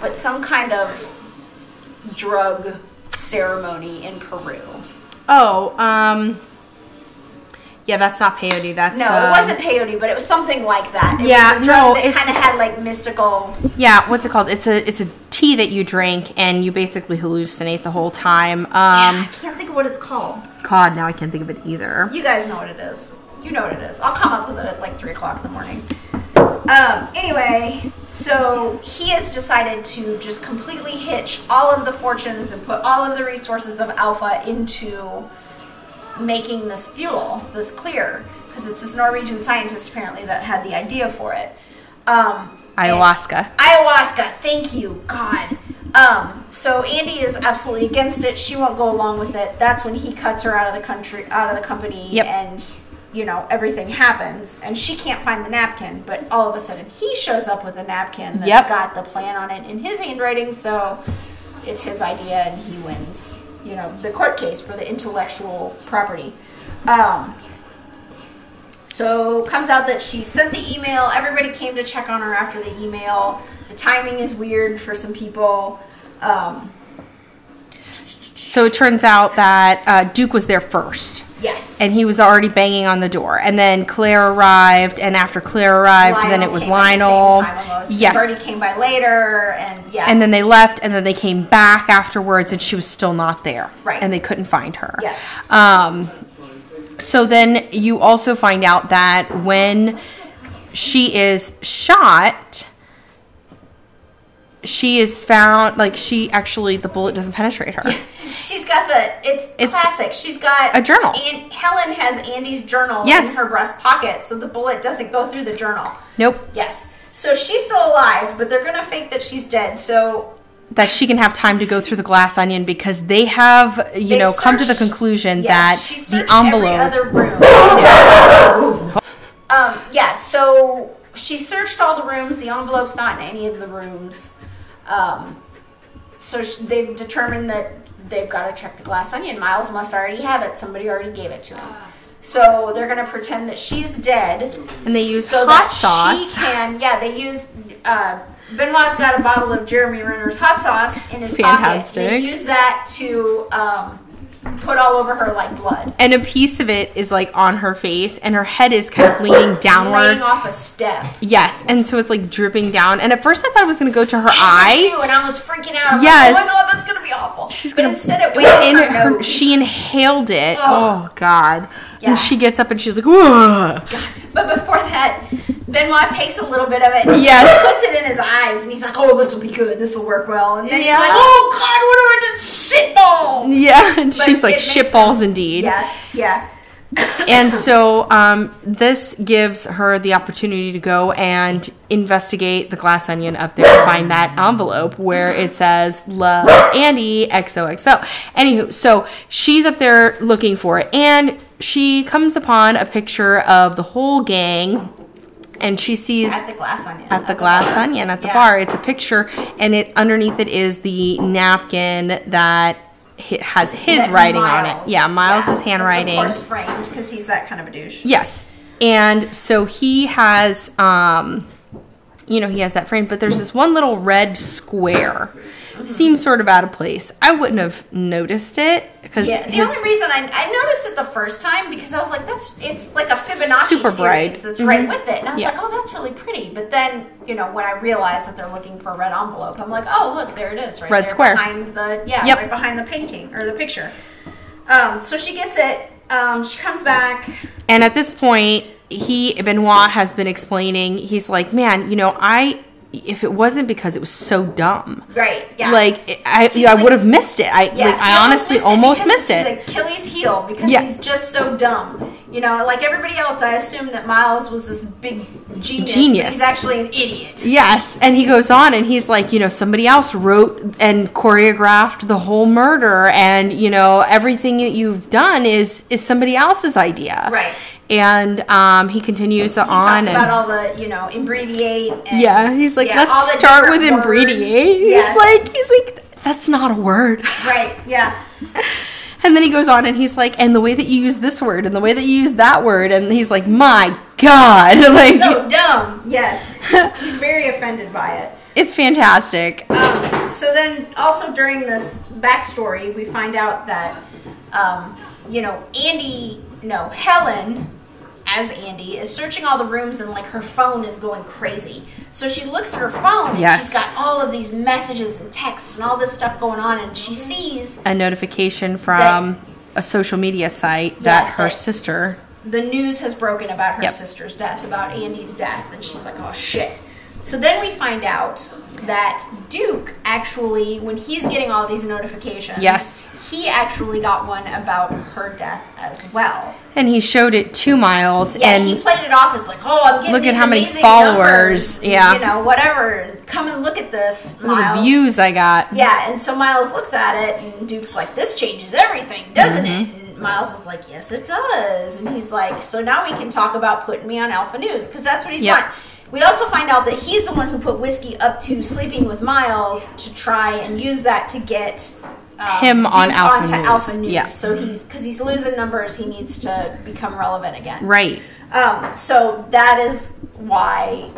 Speaker 2: but some kind of drug ceremony in Peru.
Speaker 1: Oh, um, yeah, that's not peyote. That's
Speaker 2: No,
Speaker 1: um,
Speaker 2: it wasn't peyote, but it was something like that. It
Speaker 1: Yeah,
Speaker 2: was a drug
Speaker 1: no,
Speaker 2: that
Speaker 1: it's-
Speaker 2: kind of had like mystical.
Speaker 1: Yeah, what's it called? It's a it's a tea that you drink and you basically hallucinate the whole time.
Speaker 2: I
Speaker 1: Um,
Speaker 2: can't think of what it's called.
Speaker 1: God, now I can't think of it either.
Speaker 2: You guys know what it is. You know what it is. I'll come up with it at like three o'clock in the morning. Um. Anyway, so he has decided to just completely hitch all of the fortunes and put all of the resources of Alpha into making this fuel, this clear, because it's this Norwegian scientist apparently that had the idea for it. Um,
Speaker 1: Ayahuasca.
Speaker 2: Ayahuasca, thank you, God. Um, so Andy is absolutely against it. She won't go along with it. That's when he cuts her out of the country, out of the company,
Speaker 1: Yep.
Speaker 2: and you know everything happens. And she can't find the napkin, but all of a sudden he shows up with a napkin that's
Speaker 1: Yep.
Speaker 2: got the plan on it in his handwriting. So it's his idea, and he wins. You know the court case for the intellectual property. Um, so comes out that she sent the email. Everybody came to check on her after the email. The timing is weird for some people. Um,
Speaker 1: So it turns out that uh, Duke was there first.
Speaker 2: yes.
Speaker 1: And he was already banging on the door. And then Claire arrived, and after Claire arrived, then it was
Speaker 2: came at the same
Speaker 1: Lionel.
Speaker 2: time almost.
Speaker 1: Yes.
Speaker 2: Bernie came by later, and yeah.
Speaker 1: and then they left and then they came back afterwards and she was still not there
Speaker 2: Right.
Speaker 1: and they couldn't find her
Speaker 2: Yes.
Speaker 1: um so then you also find out that when she is shot she is found like she actually the bullet doesn't penetrate her
Speaker 2: she's got the it's,
Speaker 1: It's
Speaker 2: classic. She's got
Speaker 1: a journal.
Speaker 2: And Helen has Andy's journal
Speaker 1: Yes.
Speaker 2: in her breast pocket, so the bullet doesn't go through the journal.
Speaker 1: nope
Speaker 2: Yes. So she's still alive, but they're gonna fake that she's dead. So
Speaker 1: that she can have time to go through the glass onion because they have you
Speaker 2: They
Speaker 1: know come to the
Speaker 2: searched-
Speaker 1: conclusion
Speaker 2: Yes, she
Speaker 1: that
Speaker 2: searched
Speaker 1: the envelope
Speaker 2: Every other (laughs) room. um, yeah, so she searched all the rooms. The envelope's not in any of the rooms. Um, so sh- they've determined that they've got to check the glass onion. Miles must already have it. Somebody already gave it to him. So they're gonna pretend that she's dead,
Speaker 1: and they use
Speaker 2: so
Speaker 1: hot
Speaker 2: that
Speaker 1: sauce
Speaker 2: she can. Yeah, they use. Uh, Benoit's got a bottle of Jeremy Renner's hot sauce in his pocket. They
Speaker 1: Fantastic.
Speaker 2: use that to um, put all over her like blood.
Speaker 1: and a piece of it is like on her face, and her head is kind of leaning
Speaker 2: Laying
Speaker 1: downward.
Speaker 2: off a step.
Speaker 1: Yes, and so it's like dripping down. And at first, I thought it was gonna go to her
Speaker 2: Me
Speaker 1: eye.
Speaker 2: too, and I was freaking out. I'm
Speaker 1: Yes.
Speaker 2: Like, oh my god, that's gonna be awful.
Speaker 1: She's
Speaker 2: but
Speaker 1: gonna
Speaker 2: instead it
Speaker 1: But
Speaker 2: went in her,
Speaker 1: her-
Speaker 2: nose.
Speaker 1: she inhaled it.
Speaker 2: Ugh.
Speaker 1: Oh God!
Speaker 2: Yeah.
Speaker 1: And she gets up and she's like, Whoa.
Speaker 2: But before that, Benoit takes a little bit of it. And
Speaker 1: Yes.
Speaker 2: he Puts it in his eyes, and he's like, "Oh, this will be good. This will work well." And then
Speaker 1: Yeah.
Speaker 2: he's like, "Oh God, what do I do? Shit balls."
Speaker 1: "Yeah." And
Speaker 2: But
Speaker 1: she's
Speaker 2: it
Speaker 1: like,
Speaker 2: makes
Speaker 1: "Shit balls, indeed."
Speaker 2: Yes. Yeah.
Speaker 1: and so um, this gives her the opportunity to go and investigate the glass onion up there and find that envelope where it says love andy xoxo anywho so she's up there looking for it and she comes upon a picture of the whole gang and she sees
Speaker 2: At the glass onion.
Speaker 1: at the glass onion at the
Speaker 2: Yeah.
Speaker 1: bar it's a picture and it underneath it is the napkin that hi- has his
Speaker 2: That
Speaker 1: writing on it
Speaker 2: Miles-
Speaker 1: yeah miles'
Speaker 2: that's,
Speaker 1: handwriting
Speaker 2: Of course, framed because he's that kind of a douche.
Speaker 1: Yes. And so he has um you know, he has that frame, but there's this one little red square. Seems sort of out of place. I wouldn't have noticed it because
Speaker 2: Yeah, the only reason I, I noticed it the first time because I was like, that's it's like a Fibonacci
Speaker 1: Super
Speaker 2: series
Speaker 1: bright. Mm-hmm.
Speaker 2: that's right with it, and I was
Speaker 1: Yeah.
Speaker 2: like, oh, that's really pretty. But then you know when I realized that they're looking for a red envelope, I'm like, oh, look, there it is, right
Speaker 1: Red
Speaker 2: there
Speaker 1: square.
Speaker 2: behind the yeah,
Speaker 1: Yep.
Speaker 2: right behind the painting or the picture. Um, so she gets it. Um, she comes back.
Speaker 1: And at this point, he Benoit has been explaining. He's like, "Man, you know, I if it wasn't because it was so dumb,
Speaker 2: Right. Yeah.
Speaker 1: like I
Speaker 2: He's
Speaker 1: I
Speaker 2: like-
Speaker 1: would have missed it. I
Speaker 2: Yeah,
Speaker 1: like
Speaker 2: he
Speaker 1: I honestly almost missed
Speaker 2: because
Speaker 1: it."
Speaker 2: it's his Achilles heel because
Speaker 1: Yeah.
Speaker 2: he's just so dumb. You know, like everybody else, I assumed that Miles was this big genius. but
Speaker 1: Genius.
Speaker 2: He's actually an idiot.
Speaker 1: Yes, and he goes on and he's like, you know, somebody else wrote and choreographed the whole murder and, you know, everything that you've done is is somebody else's idea.
Speaker 2: Right.
Speaker 1: And um he continues
Speaker 2: He
Speaker 1: on
Speaker 2: talks about
Speaker 1: and
Speaker 2: all the, you know, imbreviate. And,
Speaker 1: Yeah, he's like,
Speaker 2: yeah, all
Speaker 1: let's
Speaker 2: the
Speaker 1: start with
Speaker 2: different words."
Speaker 1: imbreviate.
Speaker 2: Yes.
Speaker 1: He's like he's like that's not a word. (laughs)
Speaker 2: right, yeah.
Speaker 1: And then he goes on and he's like, and the way that you use this word and the way that you use that word and he's like, My God (laughs) like
Speaker 2: So dumb.
Speaker 1: (laughs)
Speaker 2: Yes. He's very offended by it.
Speaker 1: it's fantastic.
Speaker 2: Um, so then, also during this backstory, we find out that, um, you know, Andy, no, Helen, as Andy, is searching all the rooms and like her phone is going crazy. So she looks at her phone and
Speaker 1: Yes.
Speaker 2: she's got all of these messages and texts and all this stuff going on, and she sees
Speaker 1: a notification from a social media site
Speaker 2: Yeah,
Speaker 1: that her
Speaker 2: that-
Speaker 1: sister.
Speaker 2: the news has broken about her
Speaker 1: Yep.
Speaker 2: sister's death, about Andy's death, and she's like, oh shit. So then we find out that Duke actually, when he's getting all these notifications,
Speaker 1: Yes.
Speaker 2: he actually got one about her death as well.
Speaker 1: And he showed it to Miles,
Speaker 2: Yeah,
Speaker 1: and
Speaker 2: he played it off as like, oh, I'm getting
Speaker 1: Look at
Speaker 2: these
Speaker 1: how many
Speaker 2: amazing
Speaker 1: followers,
Speaker 2: numbers,
Speaker 1: yeah.
Speaker 2: you know, whatever. Come and look at this,
Speaker 1: look at the
Speaker 2: Miles.
Speaker 1: views I got.
Speaker 2: Yeah, and so Miles looks at it, and Duke's like, "This changes everything, doesn't
Speaker 1: Mm-hmm.
Speaker 2: it?" And Miles is like, "Yes, it does." And he's like, "So now we can talk about putting me on Alpha News because that's what he's
Speaker 1: Yep.
Speaker 2: on." We also find out that he's the one who put whiskey up to sleeping with Miles to try and use that to get um,
Speaker 1: Him on
Speaker 2: Duke
Speaker 1: Alpha
Speaker 2: onto
Speaker 1: News.
Speaker 2: Alpha News.
Speaker 1: Yeah.
Speaker 2: So he's because he's losing numbers, he needs to become relevant again.
Speaker 1: Right.
Speaker 2: Um, so that is why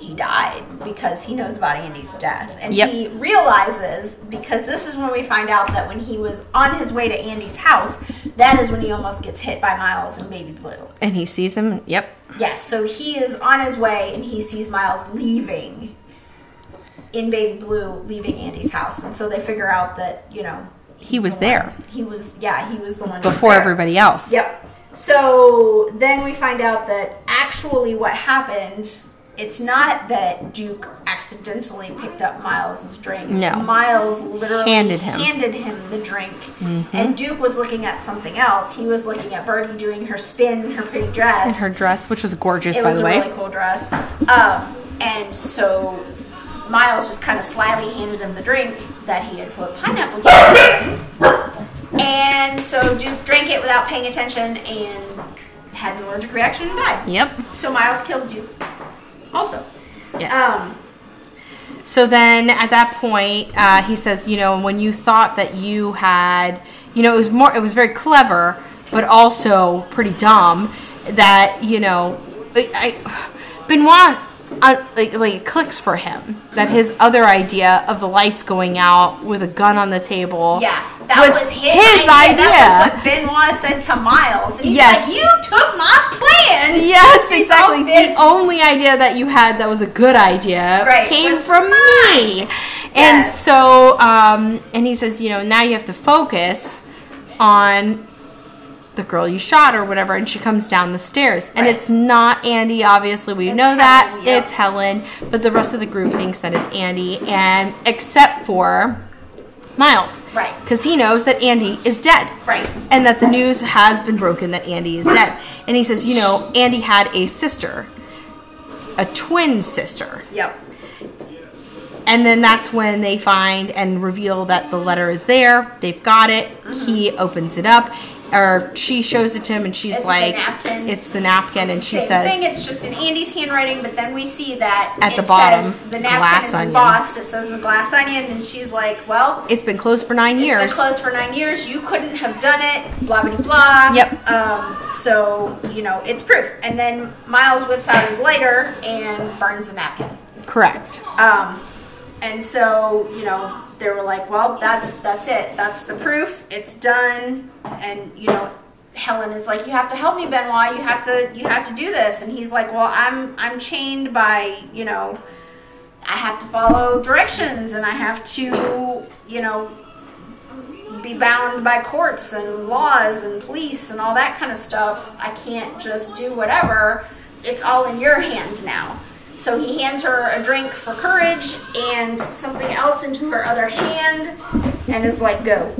Speaker 2: he died because he knows about Andy's death, and
Speaker 1: Yep.
Speaker 2: he realizes because this is when we find out that when he was on his way to Andy's house, that is when he almost gets hit by Miles and Baby Blue.
Speaker 1: And he sees him. Yep.
Speaker 2: Yes, so he is on his way and he sees Miles leaving in Baby Blue, leaving Andy's house, and so they figure out that you know
Speaker 1: He
Speaker 2: he's
Speaker 1: was
Speaker 2: the one-
Speaker 1: there.
Speaker 2: He was yeah, he was the one who was
Speaker 1: Before
Speaker 2: there.
Speaker 1: everybody else.
Speaker 2: Yep. So then we find out that actually what happened, it's not that Duke accidentally picked up Miles's drink.
Speaker 1: No.
Speaker 2: Miles literally
Speaker 1: Handed him.
Speaker 2: handed him the drink.
Speaker 1: Mm-hmm.
Speaker 2: And Duke was looking at something else. He was looking at Birdie doing her spin, her pretty dress.
Speaker 1: Her dress, which was gorgeous,
Speaker 2: it
Speaker 1: by
Speaker 2: was
Speaker 1: the
Speaker 2: a
Speaker 1: way.
Speaker 2: really cool dress. Um, and so Miles just kind of slyly handed him the drink that he had put pineapple juice
Speaker 1: (coughs)
Speaker 2: in. And so Duke drank it without paying attention and had an allergic reaction and died.
Speaker 1: Yep.
Speaker 2: So Miles killed Duke also.
Speaker 1: Yes.
Speaker 2: Um,
Speaker 1: So then at that point, uh, he says, you know, when you thought that you had, you know, it was more, it was very clever, but also pretty dumb that, you know, I, I Benoit, uh, like, like, it clicks for him that his other idea of the lights going out with a gun on the table
Speaker 2: Yeah.
Speaker 4: That
Speaker 1: Was
Speaker 4: was, his,
Speaker 1: his
Speaker 4: idea. That
Speaker 1: idea.
Speaker 4: was what Benoit said to Miles. And he's
Speaker 1: Yes.
Speaker 4: like, you took my (laughs) plan.
Speaker 1: Yes,
Speaker 4: He's
Speaker 1: exactly.
Speaker 4: all
Speaker 1: The
Speaker 4: pissed.
Speaker 1: only idea that you had that was a good idea
Speaker 4: Right,
Speaker 1: came
Speaker 4: was
Speaker 1: from me. And
Speaker 4: Yes.
Speaker 1: so, um, and he says, you know, now you have to focus on the girl you shot or whatever. And she comes down the stairs. And
Speaker 4: Right.
Speaker 1: it's not Andy, obviously. We
Speaker 4: It's
Speaker 1: know that.
Speaker 4: Helen, yep.
Speaker 1: It's Helen. But the rest of the group thinks that it's Andy. And except for Miles.
Speaker 4: Right.
Speaker 1: Because he knows that Andy is dead
Speaker 4: Right.
Speaker 1: and that the news has been broken that Andy is dead. And he says, you know, Andy had a sister, a twin sister.
Speaker 4: Yep.
Speaker 1: And then that's when they find and reveal that the letter is there. They've got it. He opens it up, or she shows it to him, and she's
Speaker 4: It's the
Speaker 1: like,
Speaker 4: napkin.
Speaker 1: "It's the napkin," and she
Speaker 4: Same
Speaker 1: says,
Speaker 4: thing, it's just in Andy's handwriting, but then we see that
Speaker 1: At
Speaker 4: it
Speaker 1: the bottom,
Speaker 4: says the napkin
Speaker 1: glass
Speaker 4: is
Speaker 1: onion.
Speaker 4: embossed. It says glass onion, and she's like, well,
Speaker 1: "It's been closed for 9 years."
Speaker 4: It's been closed for nine years. You couldn't have done it. Blah blah blah.
Speaker 1: Yep.
Speaker 4: Um, so you know it's proof. And then Miles whips out his lighter and burns the napkin.
Speaker 1: Correct.
Speaker 4: Um, and so you know they were like, well, that's that's it. That's the proof. It's done. And you know Helen is like, you have to help me, Benoit. You have to you have to do this. And he's like, well, I'm I'm chained by you know. I have to follow directions and I have to, you know, be bound by courts and laws and police and all that kind of stuff. I can't just do whatever. It's all in your hands now. So he hands her a drink for courage and something else into her other hand and is like, go.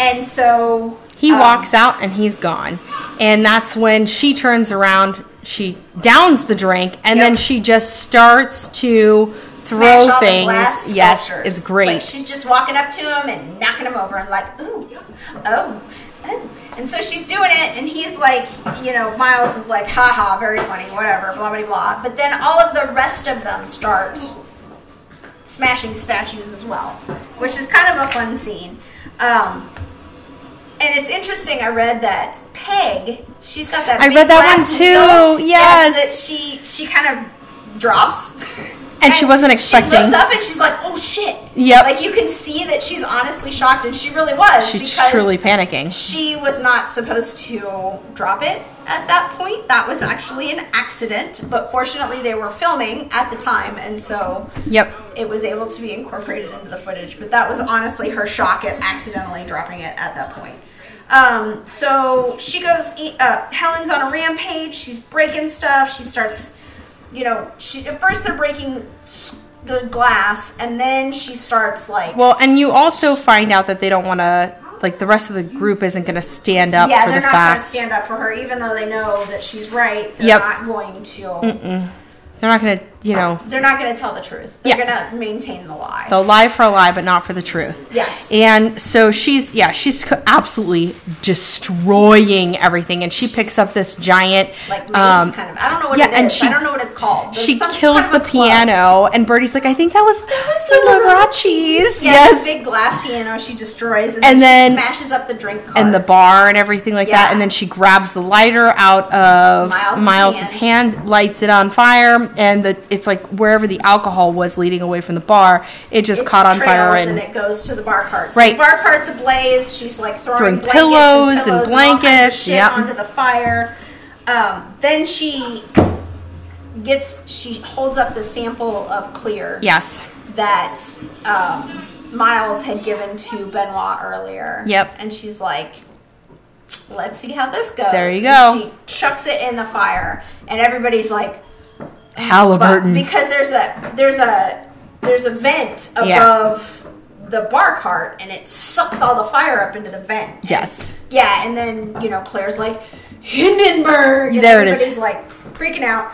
Speaker 4: And so.
Speaker 1: He
Speaker 4: um,
Speaker 1: walks out and he's gone. And that's when she turns around, she downs the drink, and
Speaker 4: Yep.
Speaker 1: then she just starts to
Speaker 4: smash
Speaker 1: throw
Speaker 4: all the
Speaker 1: things.
Speaker 4: glass
Speaker 1: Yes,
Speaker 4: sculptures.
Speaker 1: it's great.
Speaker 4: Like she's just walking up to him and knocking him over and like, ooh, oh, oh. And so she's doing it, and he's like, you know, Miles is like, haha, very funny, whatever, blah, blah, blah. But then all of the rest of them start smashing statues as well, which is kind of a fun scene. Um, and it's interesting, I read that Peg, she's got that
Speaker 1: I
Speaker 4: big
Speaker 1: read that
Speaker 4: glass
Speaker 1: one too,
Speaker 4: needle,
Speaker 1: yes.
Speaker 4: that she, she kind of drops.
Speaker 1: And she wasn't
Speaker 4: She
Speaker 1: expecting-
Speaker 4: looks up and she's like, "Oh shit!"
Speaker 1: Yep.
Speaker 4: Like you can see that she's honestly shocked, and she really was.
Speaker 1: she's
Speaker 4: because
Speaker 1: truly panicking.
Speaker 4: She was not supposed to drop it at that point. That was actually an accident, but fortunately they were filming at the time, and so
Speaker 1: Yep.
Speaker 4: it was able to be incorporated into the footage. But that was honestly her shock at accidentally dropping it at that point. Um, so she goes. e- Uh, Helen's on a rampage. She's breaking stuff. She starts, you know. She at first they're breaking s- the glass, and then she starts like.
Speaker 1: Well, and you also find out that they don't want to, like, the rest of the group isn't going to stand up
Speaker 4: yeah,
Speaker 1: for
Speaker 4: they're
Speaker 1: the
Speaker 4: not
Speaker 1: fact.
Speaker 4: gonna stand up for her, even though they know that she's right. They're
Speaker 1: Yep.
Speaker 4: not going to.
Speaker 1: they're not going to, you know,
Speaker 4: They're not going to tell the truth. They're
Speaker 1: Yeah.
Speaker 4: going to maintain the lie.
Speaker 1: they'll lie for a lie, but not for the truth.
Speaker 4: Yes.
Speaker 1: And so she's, yeah, she's co- absolutely destroying everything. And she picks up this giant,
Speaker 4: like mace
Speaker 1: um,
Speaker 4: kind of. I don't know what
Speaker 1: yeah,
Speaker 4: it is.
Speaker 1: and she-
Speaker 4: I don't know what it's called. There's
Speaker 1: she
Speaker 4: some
Speaker 1: kills
Speaker 4: kind
Speaker 1: the
Speaker 4: of a club.
Speaker 1: piano, and Bertie's like, I think that was, the Liberace's.
Speaker 4: Yeah,
Speaker 1: Yes.
Speaker 4: this big glass piano she destroys and,
Speaker 1: And
Speaker 4: then, she
Speaker 1: then-
Speaker 4: smashes up the drink cart.
Speaker 1: and the bar and everything like that.
Speaker 4: Yeah.
Speaker 1: And then she grabs the lighter out of
Speaker 4: Miles'
Speaker 1: Miles's
Speaker 4: hand.
Speaker 1: hand. lights it on fire, and the, it's like wherever the alcohol was leading away from the bar, it just
Speaker 4: It
Speaker 1: caught on
Speaker 4: trails
Speaker 1: fire.
Speaker 4: and,
Speaker 1: And
Speaker 4: it goes to the bar cart. So
Speaker 1: Right.
Speaker 4: the bar cart's ablaze. She's like throwing,
Speaker 1: Throwing
Speaker 4: blankets
Speaker 1: pillows and
Speaker 4: and pillows all kinds of
Speaker 1: blankets,
Speaker 4: shit
Speaker 1: yep.
Speaker 4: onto the fire. Um, then she gets she holds up the sample of clear
Speaker 1: yes,
Speaker 4: that um, Miles had given to Benoit earlier.
Speaker 1: Yep.
Speaker 4: And she's like, let's see how this goes.
Speaker 1: There you
Speaker 4: And
Speaker 1: go.
Speaker 4: she chucks it in the fire, and everybody's like, but
Speaker 1: Halliburton.
Speaker 4: because there's a there's a there's a vent
Speaker 1: Yeah.
Speaker 4: above the bar cart, and it sucks all the fire up into the vent.
Speaker 1: yes,
Speaker 4: Yeah, and then you know Claire's like Hindenburg. And
Speaker 1: There it is.
Speaker 4: everybody's like freaking out,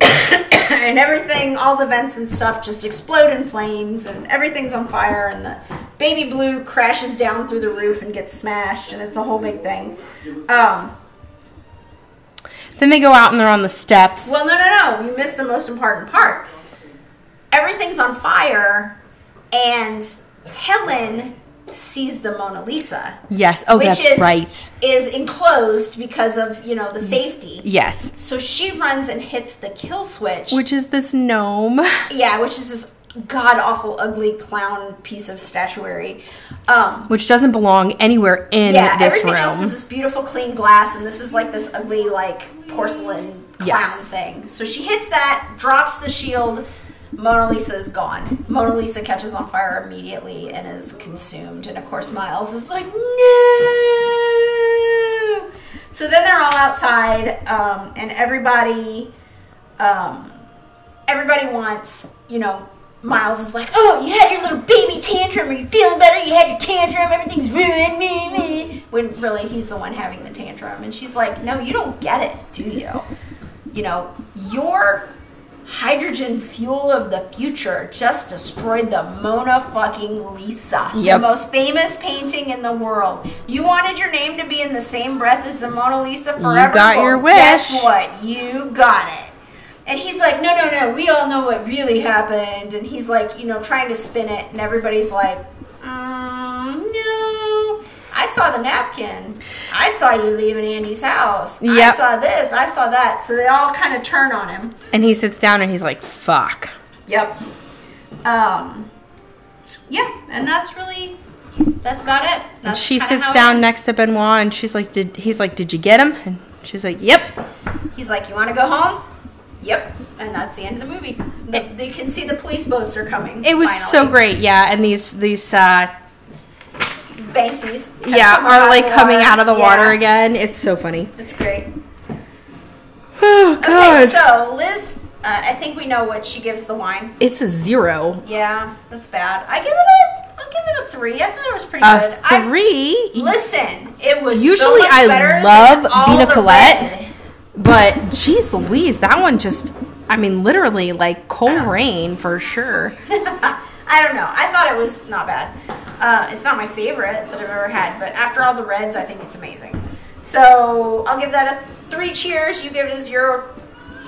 Speaker 4: (coughs) and everything, all the vents and stuff just explode in flames, and everything's on fire, and the baby blue crashes down through the roof and gets smashed, and it's a whole big thing. Um,
Speaker 1: Then they go out and they're on the steps.
Speaker 4: well, no, no, no, you missed the most important part. Everything's on fire, and Helen sees the Mona Lisa.
Speaker 1: yes. Oh,
Speaker 4: which
Speaker 1: that's
Speaker 4: is-
Speaker 1: right.
Speaker 4: Is enclosed because of you know the safety.
Speaker 1: Yes,
Speaker 4: So she runs and hits the kill switch.
Speaker 1: which is this gnome. (laughs)
Speaker 4: yeah, which is this
Speaker 2: god awful ugly clown piece of statuary. Um,
Speaker 1: which doesn't belong anywhere in
Speaker 2: yeah,
Speaker 1: this
Speaker 2: everything
Speaker 1: room.
Speaker 2: else is this beautiful clean glass, and this is like this ugly like porcelain clown
Speaker 1: Yes.
Speaker 2: thing. So she hits that, drops the shield. Mona Lisa is gone. Mona Lisa catches on fire immediately and is consumed. And of course, Miles is like, no. So then they're all outside, um, and everybody um, everybody wants, you know, Miles is like, oh, you had your little baby tantrum. Are you feeling better? You had your tantrum. Everything's ruined. Me, me. When really he's the one having the tantrum. And she's like, no, you don't get it, do you? You know, your hydrogen fuel of the future just destroyed the Mona fucking Lisa.
Speaker 1: Yep.
Speaker 2: The most famous painting in the world. You wanted your name to be in the same breath as the Mona Lisa forever.
Speaker 1: got your
Speaker 2: Well, guess
Speaker 1: wish.
Speaker 2: what? what? You got it. And he's like, no, no, no, we all know what really happened. And he's like, you know, trying to spin it. And everybody's like, mm, no. I saw the napkin. I saw you leaving Andy's house.
Speaker 1: Yep.
Speaker 2: I saw this. I saw that. So they all kind of turn on him.
Speaker 1: and he sits down and he's like, fuck.
Speaker 2: Yep. Um, yeah. And that's really, that's about it.
Speaker 1: And
Speaker 2: That's
Speaker 1: she
Speaker 2: kinda how
Speaker 1: sits
Speaker 2: it
Speaker 1: down
Speaker 2: ends.
Speaker 1: next to Benoit and she's like, did he's like, did you get him? And she's like, yep.
Speaker 2: He's like, you want to go home? Yep. And that's the end of the movie. The, you can see the police boats are coming.
Speaker 1: It was so great, yeah. And these these uh,
Speaker 2: so great. Banksy's. have
Speaker 1: yeah
Speaker 2: come
Speaker 1: are
Speaker 2: out
Speaker 1: like
Speaker 2: of the
Speaker 1: coming
Speaker 2: water.
Speaker 1: out of the water
Speaker 2: Yeah.
Speaker 1: again. It's so funny.
Speaker 2: It's great.
Speaker 1: (sighs) Oh
Speaker 2: Okay, so Liz, uh, I think we know what she gives the wine.
Speaker 1: it's a zero.
Speaker 2: Yeah, that's bad. I give it a, I'll give it a three. I thought it was pretty
Speaker 1: A
Speaker 2: good. I-
Speaker 1: three,
Speaker 2: listen, it was so
Speaker 1: Usually
Speaker 2: much
Speaker 1: I
Speaker 2: better than
Speaker 1: love
Speaker 2: all
Speaker 1: Vina
Speaker 2: the
Speaker 1: Colette.
Speaker 2: red.
Speaker 1: but geez, Louise, that one just. I mean, literally, like cold rain for sure.
Speaker 2: I don't know. I thought it was not bad. Uh, it's not my favorite that I've ever had, but after all the reds, I think it's amazing. So I'll give that a three cheers. You give it a zero.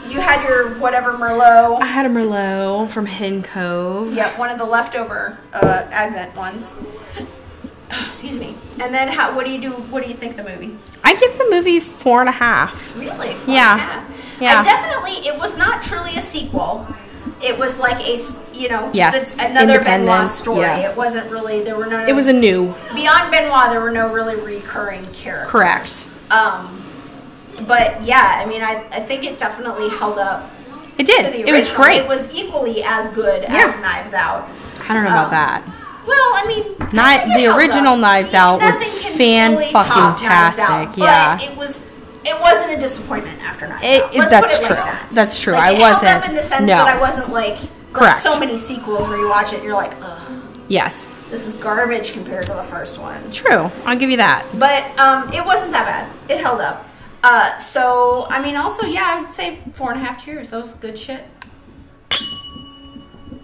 Speaker 2: You had your whatever
Speaker 1: I (laughs)
Speaker 2: Merlot.
Speaker 1: had a Merlot from Hen Cove.
Speaker 2: Yep, one of the leftover uh, Advent ones. (sighs) Excuse me. And then how? What do you do? What do you think the movie?
Speaker 1: I give the movie four and a half.
Speaker 2: Really? Four
Speaker 1: Yeah.
Speaker 2: and a half.
Speaker 1: Yeah.
Speaker 2: I definitely, it was not truly a sequel. It was like a, s- you know, just
Speaker 1: Yes,
Speaker 2: a, another
Speaker 1: independent,
Speaker 2: Benoit story.
Speaker 1: yeah.
Speaker 2: It wasn't really, there were no.
Speaker 1: It was a new,
Speaker 2: beyond Benoit, there were no really recurring characters.
Speaker 1: correct.
Speaker 2: Um, but yeah, I mean, I, I think it definitely held up.
Speaker 1: It
Speaker 2: to
Speaker 1: did.
Speaker 2: the
Speaker 1: It was
Speaker 2: original.
Speaker 1: great.
Speaker 2: It was equally as good
Speaker 1: Yeah.
Speaker 2: as Knives Out.
Speaker 1: I don't know about
Speaker 2: um,
Speaker 1: that.
Speaker 2: Well, I mean, I
Speaker 1: Not-
Speaker 2: think it
Speaker 1: the
Speaker 2: held
Speaker 1: original
Speaker 2: up.
Speaker 1: Knives Out was
Speaker 2: Nothing can really top Knives
Speaker 1: fan-fucking-tastic,
Speaker 2: Out, but
Speaker 1: yeah.
Speaker 2: it was. It wasn't a disappointment after Knives
Speaker 1: It-
Speaker 2: Out.
Speaker 1: it-
Speaker 2: Let's
Speaker 1: that's
Speaker 2: put it
Speaker 1: true.
Speaker 2: Like that.
Speaker 1: That's true.
Speaker 2: Like,
Speaker 1: I
Speaker 2: it Held up
Speaker 1: wasn't-
Speaker 2: in the sense
Speaker 1: no.
Speaker 2: that I wasn't like.
Speaker 1: Correct.
Speaker 2: Like so many sequels where you watch it, and you're like, ugh,
Speaker 1: Yes,
Speaker 2: this is garbage compared to the first one.
Speaker 1: true. I'll give you that.
Speaker 2: But um, it wasn't that bad. It held up. Uh, so I mean, also yeah, I'd say four and a half cheers. That was good shit.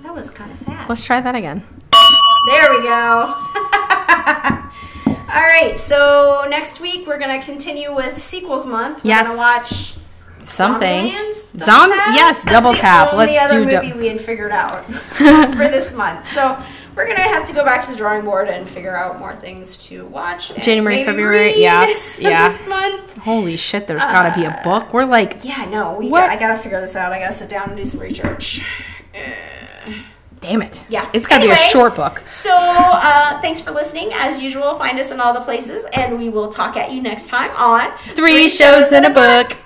Speaker 2: That was kind of sad.
Speaker 1: Let's try that again.
Speaker 2: There we go. (laughs) All right. So next week we're gonna continue with sequels month. We're
Speaker 1: Yes.
Speaker 2: gonna watch
Speaker 1: Something.
Speaker 2: Zombieland? Double
Speaker 1: Zom-
Speaker 2: Tap?
Speaker 1: yes,
Speaker 2: That's
Speaker 1: double
Speaker 2: the
Speaker 1: tap.
Speaker 2: only
Speaker 1: Let's
Speaker 2: other
Speaker 1: do dou-
Speaker 2: movie we had figured out
Speaker 1: (laughs)
Speaker 2: for this month. So we're gonna have to go back to the drawing board and figure out more things to watch. and
Speaker 1: January,
Speaker 2: maybe
Speaker 1: February,
Speaker 2: read (laughs)
Speaker 1: yes, yeah.
Speaker 2: This month.
Speaker 1: Holy shit, there's gotta be a
Speaker 2: Uh,
Speaker 1: book. We're like,
Speaker 2: Yeah, no. We
Speaker 1: What-
Speaker 2: got- I gotta figure this out. I gotta sit down and do some research. Uh,
Speaker 1: damn it.
Speaker 2: yeah.
Speaker 1: It's gotta be a
Speaker 2: Anyway.
Speaker 1: short book.
Speaker 2: so uh, thanks for listening. As usual, find us in all the places, and we will talk at you next time on
Speaker 1: Three shows in a book.